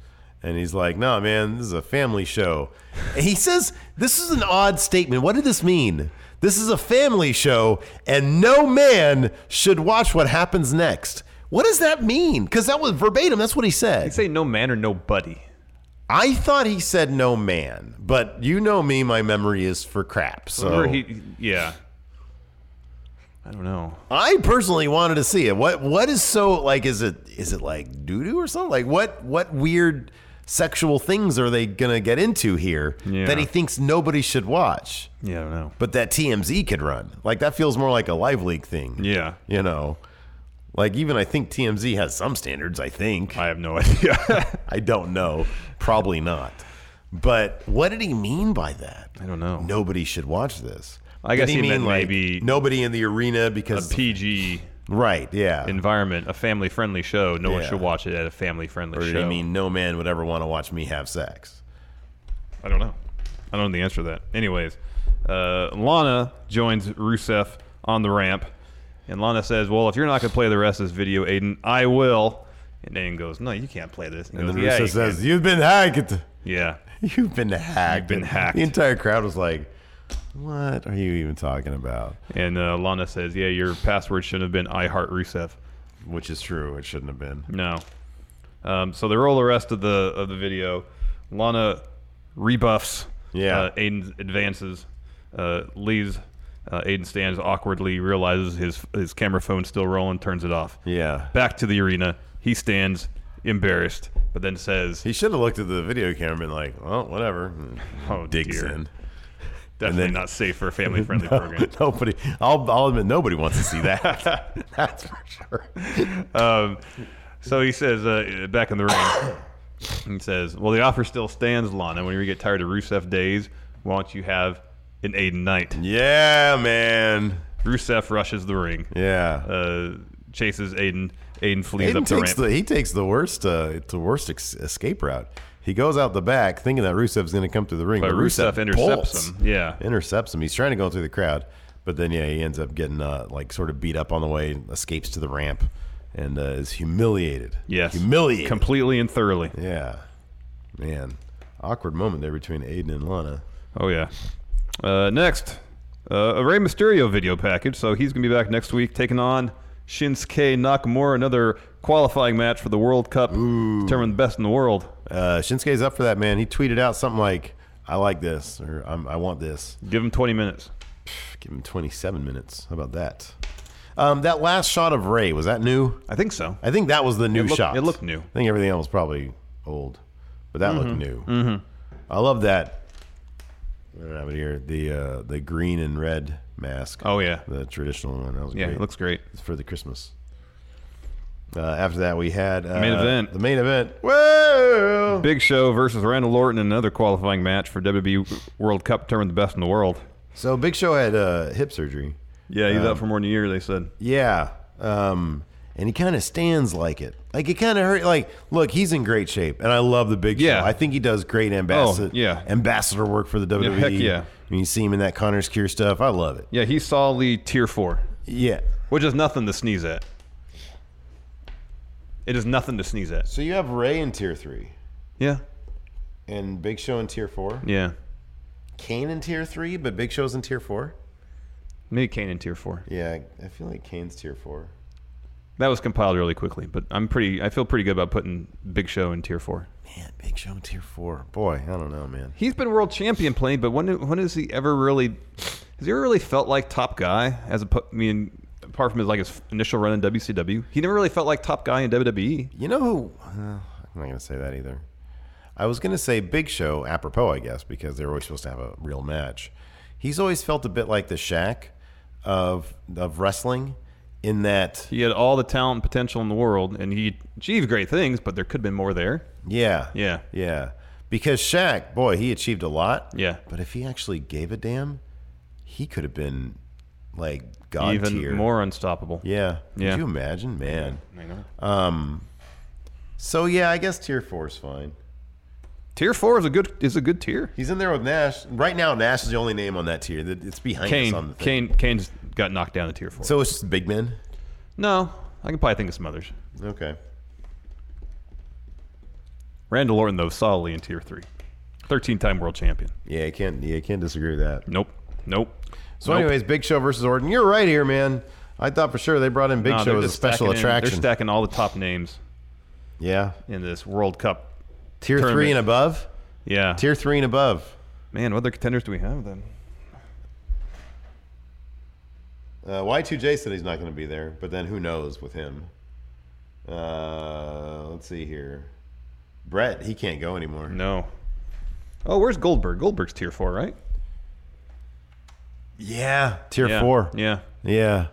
K: and he's like, "No, man, this is a family show." And he says, "This is an odd statement. What did this mean? This is a family show, and no man should watch what happens next." What does that mean? Because that was verbatim. That's what he said. He
L: say no man or no buddy.
K: I thought he said no man, but you know me. My memory is for crap. So
L: Remember he, yeah. I don't know.
K: I personally wanted to see it. What what is so like is it is it like doo doo or something? Like what what weird sexual things are they gonna get into here
L: Yeah.
K: that he thinks nobody should watch?
L: Yeah, I don't know.
K: But that TMZ could run. Like that feels more like a live leak thing.
L: Yeah.
K: You know. Like even I think TMZ has some standards, I think.
L: I have no idea.
K: I don't know. Probably not. But what did he mean by that?
L: I don't know.
K: Nobody should watch this.
L: I
K: Did
L: guess he meant maybe
K: nobody in the arena because
L: a PG
K: right, yeah,
L: environment, a family-friendly show. No one
K: Yeah.
L: should watch it at a family-friendly
K: Or do
L: show.
K: you mean no man would ever want to watch me have sex?
L: I don't know. I don't know the answer to that. Anyways, uh, Lana joins Rusev on the ramp, and Lana says, "Well, if you're not going to play the rest of this video, Aiden, I will." And Aiden goes, "No, you can't play this." He
K: And
L: goes,
K: then
L: "Yeah,
K: Rusev
L: you
K: says,
L: can."
K: "You've been hacked."
L: Yeah.
K: You've been hacked.
L: been
K: And
L: hacked.
K: The entire crowd was like, "What are you even talking about?"
L: And uh, Lana says, "Yeah, your password shouldn't have been I heart Rusev,"
K: which is true. It shouldn't have been.
L: No. Um, so they roll the rest of the of the video. Lana rebuffs.
K: Yeah.
L: Uh, Aiden advances, uh, leaves. Uh, Aiden stands awkwardly, realizes his his camera phone's still rolling, turns it off.
K: Yeah.
L: Back to the arena. He stands embarrassed, but then says,
K: "He should have looked at the video camera and like, well, whatever." and
L: Oh,
K: digs
L: dear.
K: in.
L: Definitely not safe for a family-friendly
K: No,
L: program.
K: Nobody, I'll, I'll admit, nobody wants to see that. That's for sure.
L: um, so he says, uh, back in the ring, he says, Well, the offer still stands, Lana. When you get tired of Rusev days, why don't you have an Aiden night?
K: Yeah, man.
L: Rusev rushes the ring.
K: Yeah.
L: Uh, chases Aiden. Aiden flees
K: Aiden
L: up the
K: takes
L: ramp.
K: the, he takes the worst uh, the worst ex- escape route. He goes out the back thinking that Rusev's going to come through the ring,
L: But
K: but,
L: Rusev intercepts
K: bolts.
L: him. Yeah.
K: intercepts him. He's trying to go through the crowd, but then yeah, he ends up getting uh, like sort of beat up on the way, escapes to the ramp, and uh, is humiliated.
L: Yes.
K: humiliated
L: completely and thoroughly.
K: Yeah, man, awkward moment there between Aiden and Lana.
L: Oh yeah. Uh, next, uh, a Rey Mysterio video package. So he's gonna be back next week, taking on Shinsuke Nakamura, another qualifying match for the World Cup, determine the best in the world.
K: Uh, Shinsuke's up for that man. He tweeted out something like, "I like this" or I'm, "I want this."
L: Give him 20 minutes.
K: Give him 27 minutes. How about that? Um, that last shot of Ray was that new?
L: I think so.
K: I think that was the new
L: looked-
K: shot.
L: it looked new.
K: I think everything else was probably old, but that
L: Mhm.
K: looked new. I love that. I don't have it here. The uh, the green and red mask.
L: Oh yeah,
K: the traditional one. That was
L: Yeah,
K: great.
L: it looks great.
K: It's for the Christmas. Uh, after that, we had uh,
L: Main event.
K: The main event. Whoa!
L: Big Show versus Randall Orton, another qualifying match for WWE World Cup, determine the best in the world.
K: So Big Show had uh, hip surgery.
L: Yeah, he's
K: Um,
L: out for more than a year. They said.
K: Yeah. Um, and he kind of stands like it. Like it kind of hurt. Like, look, he's in great shape, and I love the big yeah. show. I think he does great ambassador.
L: Oh, yeah.
K: ambassador work for the
L: Yeah,
K: WWE.
L: heck yeah.
K: I mean, you see him in that Connors Cure stuff. I love it.
L: Yeah, he's solidly tier four.
K: Yeah,
L: which is nothing to sneeze at. It is nothing to sneeze at.
K: So you have Ray in tier three.
L: Yeah.
K: And Big Show in tier four.
L: Yeah,
K: Kane in tier three, but Big Show's in tier four.
L: maybe Kane in tier four.
K: Yeah, I feel like Kane's tier four.
L: That was compiled really quickly, but I'm pretty. I feel pretty good about putting Big Show in tier four.
K: Big Show in tier four. Boy, I don't know, man.
L: He's been world champion playing, but when when has he ever really? Has he ever really felt like top guy? As a, I mean, apart from his like his initial run in WCW, he never really felt like top guy in E. WWE.
K: You know who? Uh, I'm not going to say that either. I was going to say Big Show, apropos, I guess, because they're always supposed to have a real match. He's always felt a bit like the Shaq of of wrestling, in that
L: He had all the talent and potential in the world, and he achieved great things, but there could have been more there.
K: yeah,
L: Yeah.
K: yeah, because Shaq, boy, he achieved a lot.
L: Yeah.
K: but if he actually gave a damn, he could have been like god
L: Even
K: tier,
L: more unstoppable.
K: Yeah,
L: Yeah.
K: Could you imagine, man?
L: I know.
K: Um. So yeah, I guess tier four is fine.
L: Tier four is a good is a good tier.
K: He's in there with Nash right now. Nash is the only name on that tier. That- It's behind
L: Kane,
K: us on the thing.
L: Kane, Kane's got knocked down to tier four.
K: So it's just big men.
L: no, I can probably think of some others.
K: Okay.
L: Randall Orton though solidly in tier three, 13 time world champion.
K: Yeah, I can't. Yeah, I can't disagree with that.
L: Nope. Nope.
K: So,
L: Nope.
K: anyways, Big Show versus Orton. You're right here, man. I thought for sure they brought in Big
L: No,
K: Show
L: they're
K: as a
L: just stacking
K: special
L: in-
K: attraction.
L: they're stacking all the top names
K: yeah,
L: in this World Cup.
K: tier three and
L: tournament.
K: above.
L: Yeah.
K: Tier three and above.
L: Man, what other contenders do we have then?
K: Uh, Y2J said he's not going to be there, but then who knows with him? Uh, let's see here. Brett, he can't go anymore.
L: No. Oh, where's Goldberg? Goldberg's tier four, right?
K: Yeah, tier
L: Yeah,
K: four.
L: yeah.
K: yeah,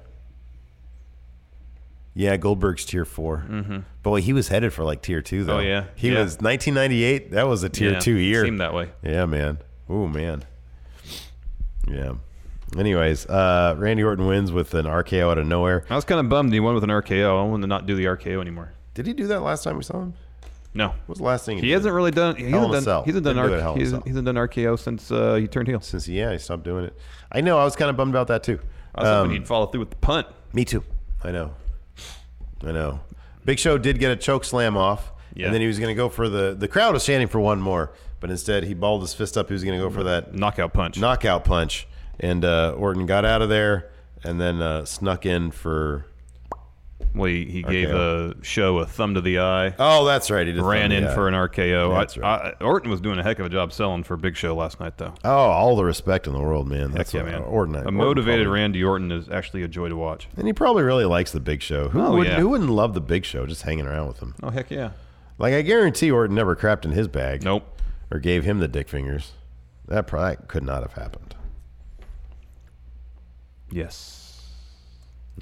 K: yeah. Goldberg's tier 4
L: Mhm.
K: Boy, he was headed for like tier two though.
L: Oh, yeah,
K: he
L: yeah.
K: was 1998. That was a tier
L: Yeah,
K: two year.
L: seemed that way.
K: Yeah, man. Oh man. Yeah. Anyways, uh, Randy Orton wins with an RKO out of nowhere.
L: I was kind of bummed he won with an RKO. I want to not do the RKO anymore.
K: Did he do that last time we saw him?
L: No.
K: What's the last thing
L: He hasn't really done. He
K: Hell
L: hasn't
K: in a
L: done.
K: Cell.
L: He hasn't done.
K: Didn't do
L: R-
K: it Hell in a
L: he, hasn't, he hasn't done RKO since uh, he turned heel.
K: Since yeah, he stopped doing it. I know. I was kind of bummed about that too. Um,
L: I was hoping he'd follow through with the punt.
K: Me too. I know. I know. Big Show did get a choke slam off,
L: Yeah.
K: and then he was going to go for the the crowd was chanting for one more, but instead he balled his fist up. He was going to go for that
L: knockout punch.
K: Knockout punch, and uh, Orton got out of there, and then uh, snuck in for.
L: Well, he, he gave the show a thumb to the eye.
K: Oh, that's right. He did thumb
L: ran
K: to
L: in
K: the uh, eye.
L: for an RKO.
K: That's
L: I, I, Orton was doing a heck of a job selling for Big Show last night, though.
K: Oh, all the respect in the world, man. That's
L: Heck yeah,
K: what- uh,
L: man.
K: Orton.
L: a
K: Orton
L: motivated Randy Orton is actually a joy to watch.
K: And he probably really likes the Big Show. Who,
L: Oh,
K: wouldn't,
L: yeah.
K: who wouldn't love the Big Show just hanging around with him?
L: Oh heck yeah.
K: Like, I guarantee Orton never crapped in his bag.
L: Nope.
K: Or gave him the dick fingers. That probably could not have happened.
L: Yes.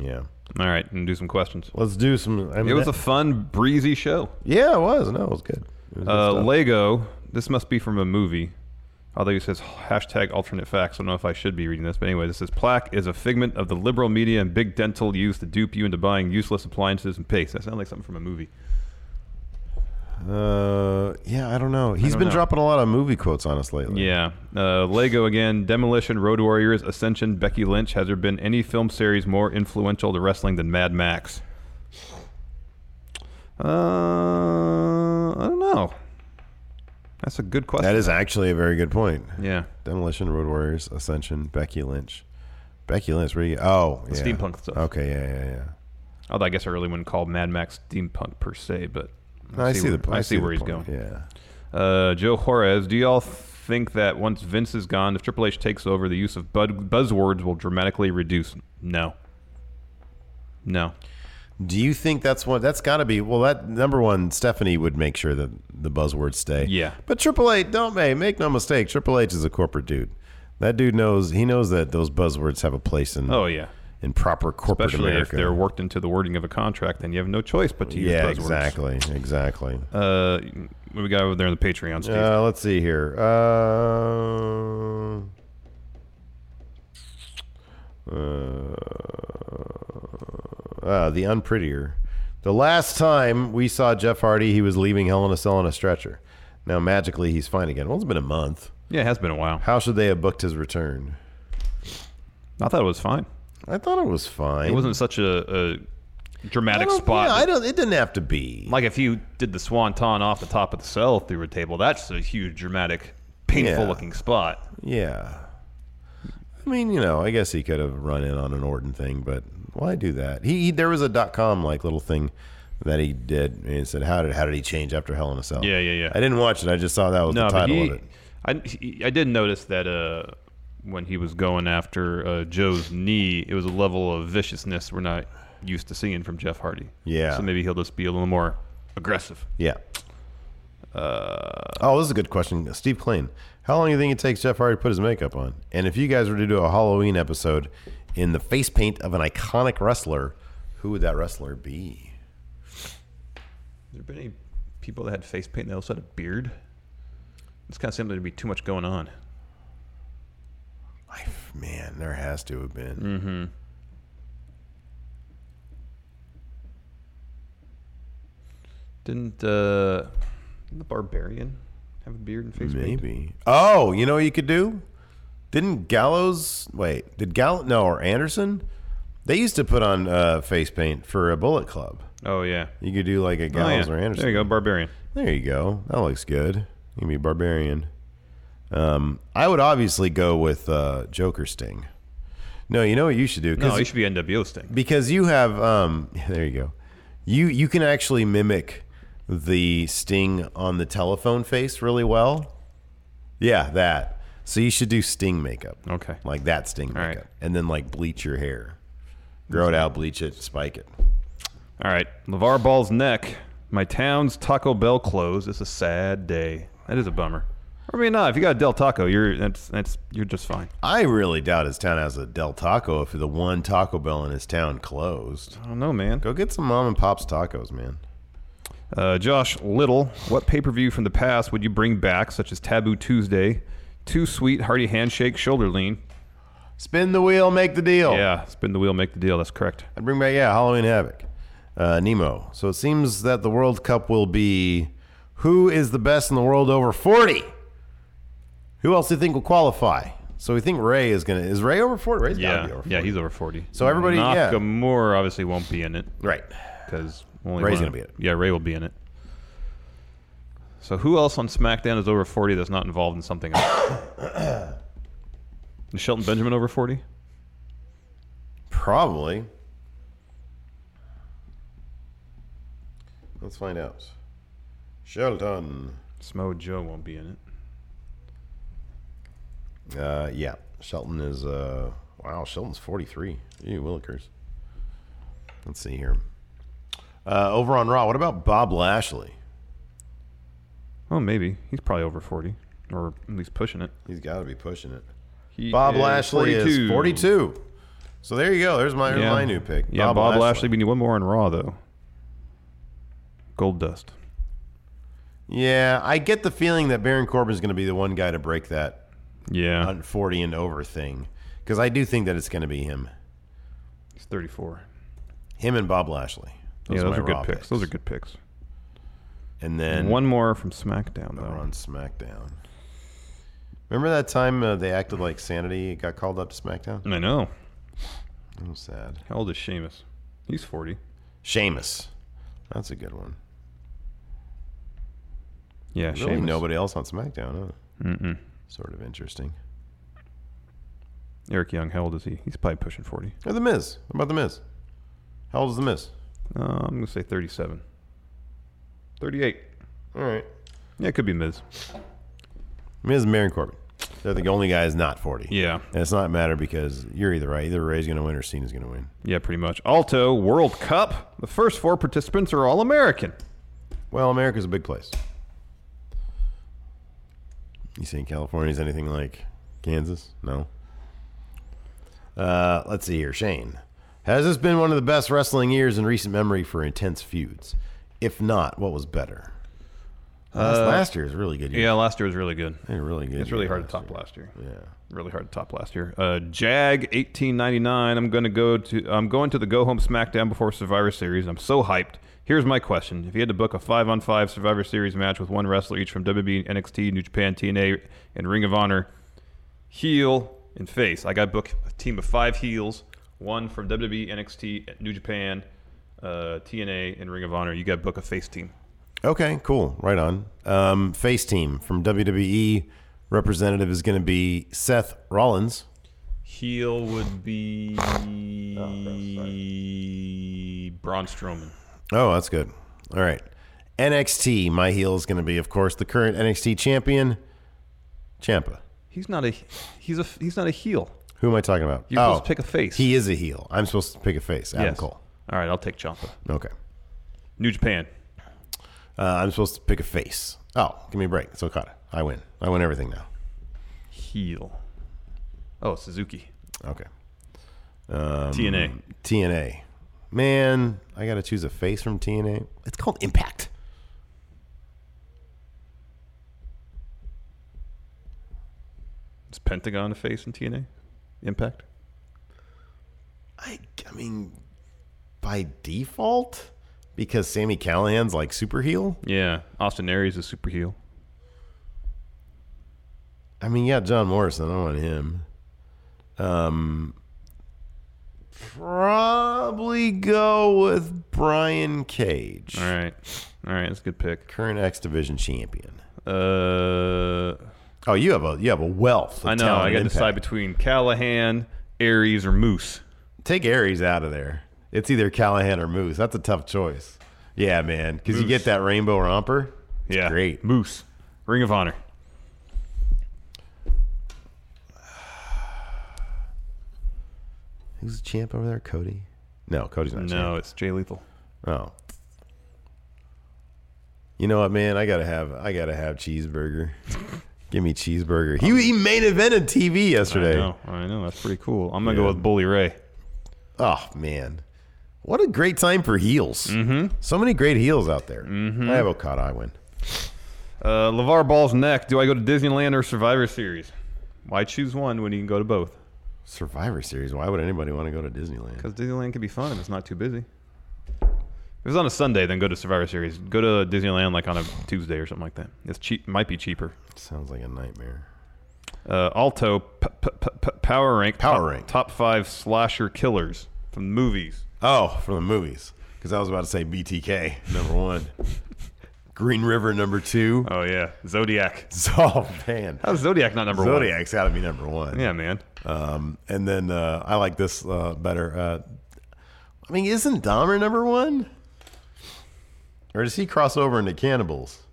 K: Yeah.
L: All right, and do some questions.
K: Let's do some. I mean,
L: it was
K: that-
L: a fun, breezy show.
K: Yeah, it was. No, it was good. It was good
L: Uh,
K: stuff.
L: Lego. This must be from a movie. Although he says hashtag alternate facts. I don't know if I should be reading this, but anyway, this says plaque is a figment of the liberal media and big dental use to dupe you into buying useless appliances and paste. That sounds like something from a movie.
K: Uh, yeah, I don't know. He's
L: don't
K: been
L: know.
K: dropping a lot of movie quotes on us lately.
L: Yeah. Uh, Lego again, Demolition, Road Warriors, Ascension, Becky Lynch. Has there been any film series more influential to wrestling than Mad Max? Uh, I don't know. That's a good question.
K: That is actually a very good point.
L: Yeah.
K: Demolition, Road Warriors, Ascension, Becky Lynch. Becky Lynch, where you? Oh,
L: The
K: yeah.
L: steampunk stuff.
K: Okay, yeah, yeah, yeah.
L: Although I guess I really wouldn't call Mad Max steampunk per se, but
K: No, I see
L: where-
K: the-
L: I,
K: I
L: see
K: see the
L: where he's
K: point,
L: going. Yeah. Uh, Joe Juarez, do y'all think that once Vince is gone, if Triple H takes over, the use of bud- buzzwords will dramatically reduce? No. No.
K: Do you think that's what that's got to be? Well, that number one, Stephanie would make sure that the buzzwords stay.
L: Yeah.
K: But Triple H, don't make make no mistake. Triple H is a corporate dude. That dude knows. He knows that those buzzwords have a place in.
L: Oh, yeah.
K: In proper corporate
L: Especially
K: America.
L: if they're worked into the wording of a contract, then you have no choice but to use
K: yeah,
L: buzzwords.
K: exactly, exactly.
L: Uh, what we got over there on the Patreon, Steve?
K: Uh, let's see here. Uh, uh, uh, the unprettier. The last time we saw Jeff Hardy, he was leaving Hell in a Cell on a stretcher. Now magically he's fine again. Well, it's been a month.
L: Yeah, it has been a while.
K: How should they have booked his return?
L: I thought it was fine.
K: I thought it was fine.
L: It wasn't such a, a dramatic
K: I don't-
L: spot.
K: yeah, I don't. It didn't have to be.
L: Like if you did the swanton off the top of the cell through a table, that's a huge, dramatic, painful
K: Yeah.
L: looking spot.
K: Yeah. I mean, you know, I guess he could have run in on an Orton thing, but why do that? He, he there was a dot com like little thing that he did, and it said how did how did he change after Hell in a Cell?
L: Yeah, yeah, yeah.
K: I didn't watch it. I just saw that was the
L: but
K: title
L: he-
K: of it.
L: I, he- I did notice that uh, when he was going after uh, Joe's knee, it was a level of viciousness we're not used to seeing from Jeff Hardy.
K: Yeah.
L: So maybe he'll just be a little more aggressive.
K: Yeah.
L: Uh.
K: oh, this is a good question, Steve Klein. How long do you think it takes Jeff Hardy to put his makeup on? And if you guys were to do a Halloween episode in the face paint of an iconic wrestler, who would that wrestler be?
L: Has there been any people that had face paint and they also had a beard? It's kind of seemed to be too much going on.
K: Man, there has to have been.
L: Mm-hmm. Didn't uh, the barbarian have a beard and face paint?
K: Maybe. Oh, you know what you could do? Didn't Gallows wait? Did Gallows no or Anderson? They used to put on uh, face paint for a Bullet Club.
L: Oh yeah.
K: You could do like a Gallows
L: Oh, yeah.
K: or Anderson.
L: There you go, Barbarian.
K: There you go. That looks good. You can be Barbarian. Um, I would obviously go with uh, Joker Sting. No, you know what you should do? 'Cause-
L: No, he should be NWO Sting.
K: because you have um there you go you you can actually mimic the sting on the telephone face really well yeah that so you should do sting makeup
L: okay
K: like that sting makeup and then like bleach your hair grow it out bleach it spike it
L: All right, Levar Ball's neck. My town's Taco Bell closed. It's a sad day. That is a bummer. Or maybe not. If you got a Del Taco, you're that's that's you're just fine.
K: i really doubt his town has a del taco if the one taco bell in his town closed i
L: don't know man
K: go get some mom and pop's tacos man
L: Uh, Josh Little, what pay per view from the past would you bring back, such as Taboo Tuesday, Too Sweet, Hearty Handshake, Shoulder Lean?
K: Spin the wheel, make the deal.
L: Yeah, spin the wheel, make the deal. That's correct.
K: I'd bring back, yeah, Halloween Havoc. Uh, Nemo. So it seems that the World Cup will be Who is the best in the world over 40? Who else do you think will qualify? So we think Ray is gonna. Is Ray over 40? Ray's gotta
L: yeah,
K: be over 40.
L: yeah, he's over forty.
K: So everybody- yeah.
L: Nakamura obviously won't be in it,
K: right?
L: Because only
K: Ray's
L: one-
K: gonna be in it.
L: Yeah, Ray will be in it. So who else on SmackDown is over forty that's not involved in something? else? is Shelton Benjamin over forty?
K: Probably. Let's find out. Shelton.
L: Smo Joe won't be in
K: it. Uh, yeah, Shelton is. Uh, wow, Shelton's forty-three. Ew, Willikers. Let's see here. Uh, over on Raw, what about Bob Lashley?
L: Oh, maybe he's probably over forty, or at least pushing it.
K: He's got to be pushing it.
L: He
K: Bob
L: is
K: Lashley
L: 42.
K: is forty-two. So there you go. There's my, there's
L: yeah.
K: my new pick.
L: Yeah, Bob, Lashley. We need one more in Raw though. Gold Dust.
K: Yeah, I get the feeling that Baron Corbin's going to be the one guy to break that
L: yeah
K: on 40 and over thing because I do think that it's going to be him.
L: He's 34.
K: Him and Bob Lashley.
L: yeah,
K: are
L: those
K: my
L: are good
K: raw
L: picks. Those are good picks.
K: And then
L: one more from SmackDown though.
K: on SmackDown. Remember that time uh, they acted like Sanity got called up to SmackDown?
L: I know.
K: That was sad.
L: How old is Sheamus? He's 40.
K: Sheamus. That's a good one.
L: Yeah,
K: really
L: Sheamus.
K: nobody else on SmackDown, huh?
L: Mm-mm.
K: Sort of interesting.
L: Eric Young, how old is he? He's probably pushing 40.
K: Or The Miz. What about The Miz? How old is The Miz?
L: Uh, I'm going to say 37. 38.
K: All right.
L: Yeah, it could be Miz.
K: Miz and Baron Corbin. They're the only guys not 40.
L: Yeah.
K: And it's not matter because you're either right. Either Ray's going to win or Cena's going to win.
L: Yeah, pretty much. Alto World Cup. The first four participants are all American.
K: Well, America's a big place. You saying California's anything like Kansas? No. Uh, let's see here. Shane. Has this been one of the best wrestling years in recent memory for intense feuds? If not, what was better? Last-
L: Uh,
K: last year was a really good year.
L: Yeah, last year was really good.
K: They were really good.
L: It's
K: year
L: really hard
K: last
L: to top
K: year.
L: last year.
K: Yeah.
L: Really hard to top last year. Uh, Jag 1899. I'm going to go to I'm going to the Go Home SmackDown before Survivor Series. I'm so hyped. Here's my question. If you had to book a 5 on 5 Survivor Series match with one wrestler each from WWE, NXT, New Japan, TNA, and Ring of Honor, heel and face. I got book a team of 5 heels, one from WWE, NXT, New Japan, uh, TNA, and Ring of Honor. You got to book a face team.
K: Okay, cool. Right on. Um, face team from WWE representative is going to be Seth Rollins.
L: Heel would be Oh, Braun Strowman.
K: Oh, that's good. All right. NXT, my heel is going to be, of course, the current NXT champion, Champa.
L: He's not a he's a he's not a heel.
K: Who am I talking about? Oh,
L: You're supposed to pick a face.
K: He is a heel. I'm supposed to pick a face. Adam
L: Yes.
K: Cole.
L: All right, I'll take Champa.
K: Okay.
L: New Japan.
K: Uh, I'm supposed to pick a face. Oh, give me a break. It's Okada. I win. I win everything now.
L: Heel. Oh, Suzuki.
K: Okay. Um,
L: TNA.
K: TNA. Man, I got to choose a face from TNA. It's called Impact.
L: Is Pentagon a face in TNA? Impact.
K: I, I mean, by default, because Sammy Callahan's like super heel.
L: Yeah, Austin Aries is super heel.
K: I mean, yeah, John Morrison. I want him. Um, probably go with Brian Cage. All
L: right, all right, that's a good pick.
K: Current X Division champion.
L: Uh,
K: oh, you have a you have a wealth. Of
L: I know.
K: talent
L: I
K: and
L: got to decide
K: impact.
L: between Callahan, Aries, or Moose.
K: Take Aries out of there. It's either Callahan or Moose. That's a tough choice. Yeah, man, because you
L: Moose.
K: get that rainbow romper. It's
L: yeah,
K: great.
L: Moose, Ring of Honor.
K: Who's the champ over there? Cody? No, Cody's not. a
L: No,
K: champ.
L: it's Jay Lethal.
K: Oh. You know what, man? I gotta have I gotta have cheeseburger. Give me cheeseburger. He, he main evented TV yesterday.
L: I know. I know. That's pretty cool. I'm gonna
K: Yeah.
L: go with Bully Ray.
K: Oh man, what a great time for heels! Mm-hmm. So many great heels out there. Mm-hmm. I have Okada. I win.
L: Uh, LeVar Ball's neck. Do I go to Disneyland or Survivor Series? Why choose one when you can go to both?
K: Survivor Series. Why would anybody want to go to Disneyland?
L: Because Disneyland can be fun if it's not too busy. If it's on a Sunday, then go to Survivor Series. Go to Disneyland like on a Tuesday or something like that. It's cheap. Might be cheaper.
K: Sounds like a nightmare.
L: Uh, Alto p- p- p- p- Power Rank. Power top, Rank. Top five slasher killers from the movies.
K: Oh, from the movies. Because I was about to say BTK number one, Green River number two.
L: Oh yeah, Zodiac.
K: Oh man,
L: how's Zodiac not number one?
K: Zodiac's got to be number one.
L: Yeah, man.
K: Um, and then uh, I like this uh, better. Uh, I mean, isn't Dahmer number one? Or does he cross over into cannibals?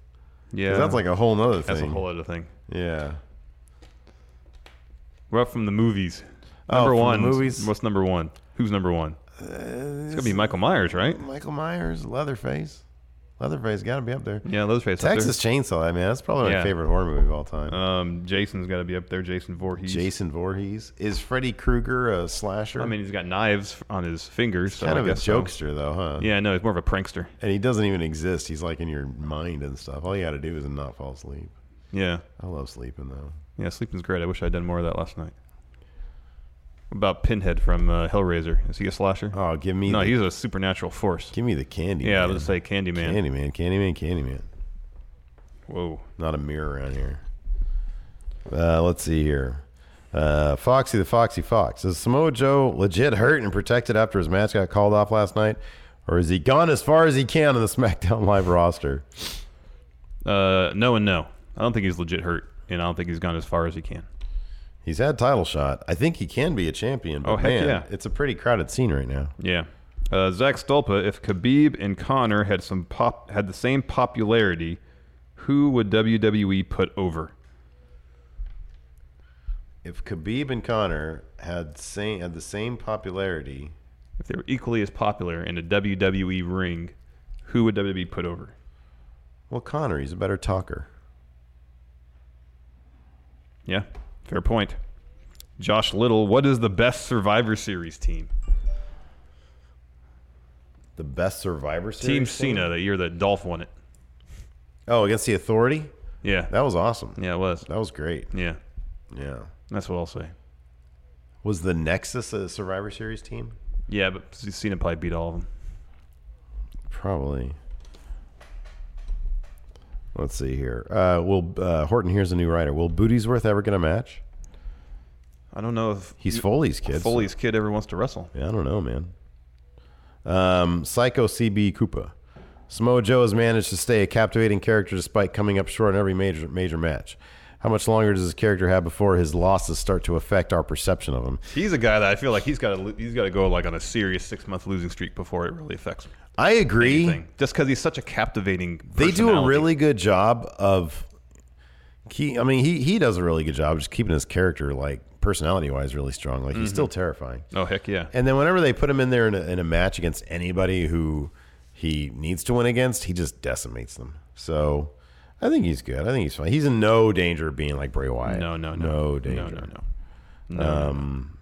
K: 'Cause
L: Yeah,
K: that's like a whole other thing.
L: That's a whole other thing.
K: Yeah.
L: We're up from the movies.
K: Oh,
L: Number
K: from the
L: one.
K: movies.
L: What's number one? Who's number one? it's gonna be Michael Myers, right?
K: Uh, Michael Myers, Leatherface. Leatherface got to be up there.
L: Yeah, Leatherface. Mm-hmm. up
K: Texas
L: there.
K: Chainsaw. I mean, that's probably my
L: Yeah.
K: favorite horror movie of all time.
L: Um, Jason's got to be up there. Jason Voorhees.
K: Jason Voorhees is Freddy Krueger a slasher?
L: I mean, he's got knives on his fingers. so
K: kind
L: I
K: of a
L: guess so.
K: jokester though, huh?
L: Yeah, no, he's more of a prankster.
K: And he doesn't even exist. He's like in your mind and stuff. All you got to do is not fall asleep.
L: Yeah.
K: I love sleeping though.
L: Yeah, sleeping's great. I wish I'd done more of that last night. What about Pinhead from uh, Hellraiser? Is he a slasher?
K: Oh, give me
L: No,
K: the-
L: he's a supernatural force.
K: Give me the candy.
L: Yeah, let's say Candyman.
K: Candyman, Candyman, Candyman.
L: Whoa.
K: Not a mirror around here. Uh, let's see here. Uh, Foxy the Foxy Fox. Is Samoa Joe legit hurt and protected after his match got called off last night? Or is he gone as far as he can on the SmackDown Live roster?
L: Uh, no and no. I don't think he's legit hurt, and I don't think he's gone as far as he can.
K: He's had title shot. I think he can be a champion, but
L: Oh, heck
K: man,
L: yeah.
K: it's a pretty crowded scene right now.
L: Yeah. Uh, Zach Stolpa, if Khabib and Connor had some pop had the same popularity, who would WWE put over?
K: If Khabib and Connor had same had the same popularity,
L: If they were equally as popular in a WWE ring, who would WWE put over?
K: well, Connor he's a better talker.
L: Yeah, fair point. Josh Little, what is the best Survivor Series team?
K: The best Survivor
L: team
K: Series team?
L: Cena, the year that Dolph won it.
K: Oh, against the Authority.
L: Yeah,
K: that was awesome.
L: Yeah, it was.
K: That was great.
L: Yeah,
K: Yeah.
L: that's what I'll say.
K: Was the Nexus a Survivor Series team?
L: Yeah, but Cena probably beat all of them.
K: Probably. Let's see here. Uh, will uh, Horton? Here's a new writer. Will Bootiesworth ever get a match?
L: I don't know if
K: He's Foley's kid, so-
L: Foley's kid ever wants to wrestle.
K: Yeah, I don't know, man. Um, Psycho CB Koopa. Samoa Joe has managed to stay a captivating character despite coming up short in every major major match. How much longer does his character have before his losses start to affect our perception of him?
L: He's a guy that I feel like he's got to he's got to go like on a serious six month losing streak before it really affects him.
K: I agree.
L: Anything. Just because he's such a captivating.
K: They do a
L: personality.
K: really good job of. He, I mean, he he does a really good job of just keeping his character like personality wise really strong. Like he's
L: Mhm.
K: still terrifying.
L: Oh heck yeah!
K: And then whenever they put him in there in a, in a match against anybody who he needs to win against, he just decimates them. So I think he's good. I think he's fine. He's in no danger of being like Bray Wyatt.
L: No, no, no.
K: no
L: No,
K: danger.
L: no, no.
K: no. Um,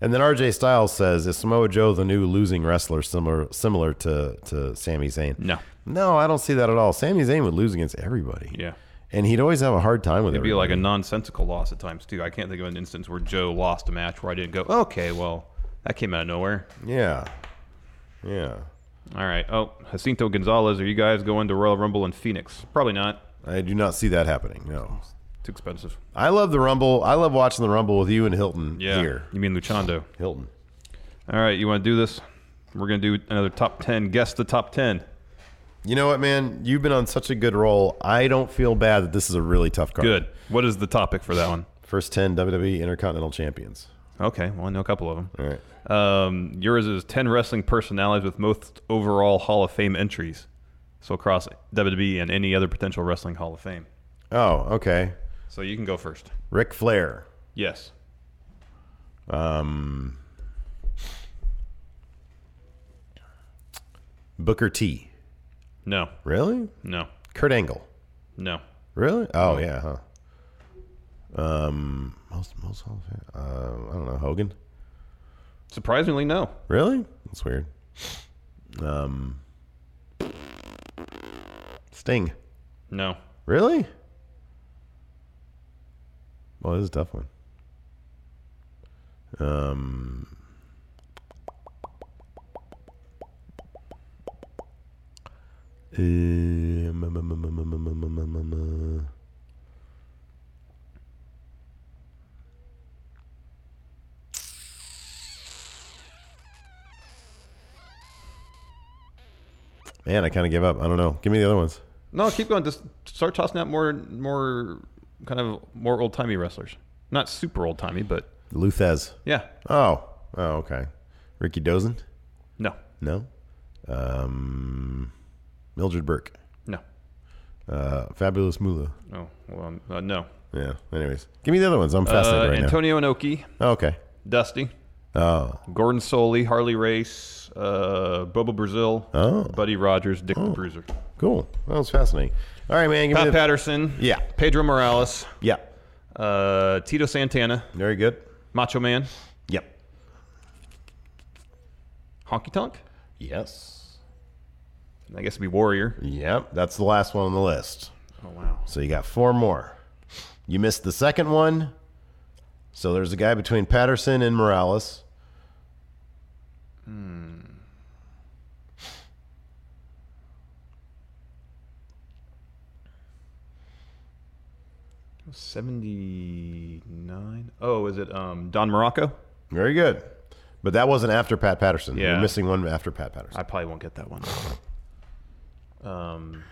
K: and then RJ Styles says, "Is Samoa Joe the new losing wrestler similar similar to to Sami Zayn?"
L: No.
K: no, I don't see that at all. Sami Zayn would lose against everybody.
L: Yeah.
K: and he'd always have a hard time with
L: It'd be
K: everybody.
L: like a nonsensical loss at times too. I can't think of an instance where Joe lost a match where I didn't go, okay, well that came out of nowhere.
K: Yeah, yeah.
L: All right. Oh, Jacinto Gonzalez, are you guys going to Royal Rumble in Phoenix? Probably not.
K: I do not see that happening. No,
L: too expensive.
K: I love the Rumble. I love watching the Rumble with you and Hilton
L: Yeah.
K: here.
L: You mean Luchando?
K: Hilton.
L: All right, you want to do this? We're gonna do another top ten. Guess the top ten.
K: You know what, man? You've been on such a good roll. I don't feel bad that this is a really tough card.
L: Good. What is the topic for that one?
K: First 10 WWE E Intercontinental Champions.
L: Okay, well I know a couple of them.
K: All right.
L: Um, yours is 10 wrestling personalities with most overall Hall of Fame entries. So across WWE and any other potential wrestling Hall of Fame.
K: Oh, okay.
L: So you can go first.
K: Ric Flair.
L: Yes.
K: Um, Booker T.
L: No.
K: Really?
L: No.
K: Kurt Angle.
L: No.
K: Really? Oh, yeah, huh? Um, most, most Hall of Fame. Uh, I don't know. Hogan?
L: Surprisingly, no.
K: Really? That's weird. Um, Sting.
L: No.
K: Really? Well, this is a tough one. Um, Um, um, um, um, um, um, um, um, um, um, uh, Man, I kind of give up. I don't know. Give me the other ones.
L: No, keep going. Just start tossing out more, more kind of more old timey wrestlers. Not super old timey, but
K: Luthez.
L: Yeah.
K: Oh. Oh, okay. Ricky Dozen?
L: No.
K: No? Um, Mildred Burke?
L: No.
K: Uh, Fabulous Moolah?
L: oh well, uh, no.
K: Yeah. Anyways, give me the other ones. I'm fascinated
L: Uh,
K: right
L: Antonio Inoki,
K: now. Oh, okay.
L: Dusty,
K: Oh.
L: Gordon Soley, Harley Race, uh, Bobo Brazil,
K: Oh.
L: Buddy Rogers, Dick the Bruiser,
K: Cool. That was fascinating. All right, man. Give
L: Pat
K: me the,
L: Patterson,
K: Yeah.
L: Pedro Morales,
K: Yeah.
L: uh, Tito Santana,
K: very good,
L: Macho Man,
K: Yep.
L: Honky Tonk,
K: yes.
L: I guess it'd be Warrior.
K: Yep. That's the last one on the list.
L: Oh wow.
K: So you got four more. You missed the second one. So there's a guy between Patterson and Morales.
L: Hmm. Seventy nine. Oh, is it um, Don Morocco?
K: Very good. But that wasn't after Pat Patterson. You're
L: Yeah.
K: missing one after Pat Patterson.
L: I probably won't get that one. um,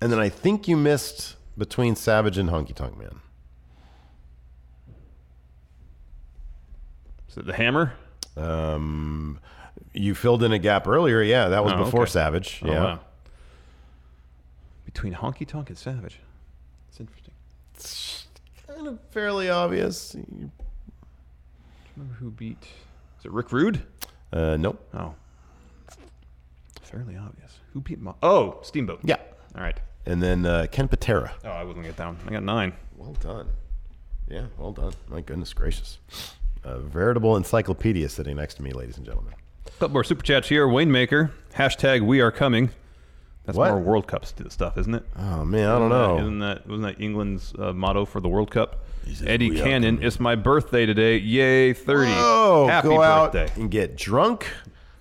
K: And then I think you missed between Savage and Honky Tonk Man.
L: is it the Hammer?
K: Um, you filled in a gap earlier. Yeah, that was
L: Oh,
K: before
L: okay.
K: Savage.
L: Oh,
K: yeah.
L: wow. Between Honky Tonk and Savage, it's interesting.
K: Kind of fairly obvious.
L: Remember who beat? Is it Rick Rude?
K: Uh, nope.
L: Oh. Fairly obvious. Who beat? Mo- oh, Steamboat.
K: Yeah.
L: All right.
K: And then uh, Ken Patera.
L: Oh, I wasn't gonna get that one. I got nine.
K: Well done. Yeah, well done. My goodness gracious. A veritable encyclopedia sitting next to me, ladies and gentlemen.
L: Couple more super chats here. Wayne Maker. Hashtag We Are Coming. That's
K: What?
L: more World Cup st- stuff, isn't it?
K: Oh man, I don't know.
L: Isn't that wasn't that England's uh, motto for the World Cup?
K: says,
L: Eddie
K: "We are
L: Cannon. It's my birthday today. Yay, thirty.
K: Oh,
L: Happy
K: go out
L: birthday.
K: and get drunk.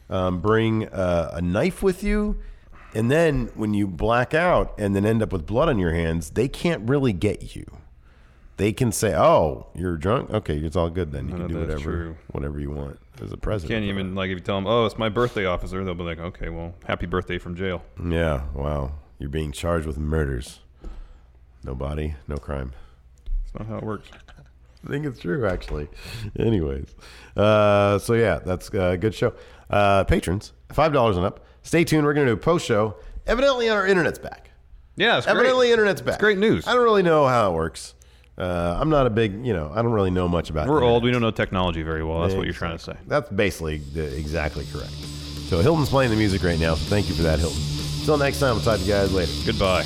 K: Um, bring uh, a knife with you, and then when you black out and then end up with blood on your hands, they can't really get you. They can say, "Oh, you're drunk. Okay, it's all good then. You can do
L: that's
K: whatever,
L: true.
K: whatever you want as a president."
L: Can't even like if you tell them, oh, it's my birthday, officer. They'll be like, okay, well, happy birthday from jail.
K: Yeah, wow. You're being charged with murders. No body, no crime.
L: That's not how it works.
K: I think it's true, actually. Anyways, uh, so yeah, that's a good show. Uh, patrons, five dollars and up. Stay tuned. We're gonna do a post show. Evidently, our internet's back.
L: Yeah, it's
K: Evidently,
L: great.
K: internet's back.
L: It's great news.
K: I don't really know how it works. Uh, I'm not a big, you know, I don't really know much about.
L: We're
K: internet.
L: old. We don't know technology very well. That's what you're trying to say.
K: That's basically the, exactly correct. So Hilton's playing the music right now. So thank you for that, Hilton. Till next time, we'll talk to you guys later.
L: Goodbye.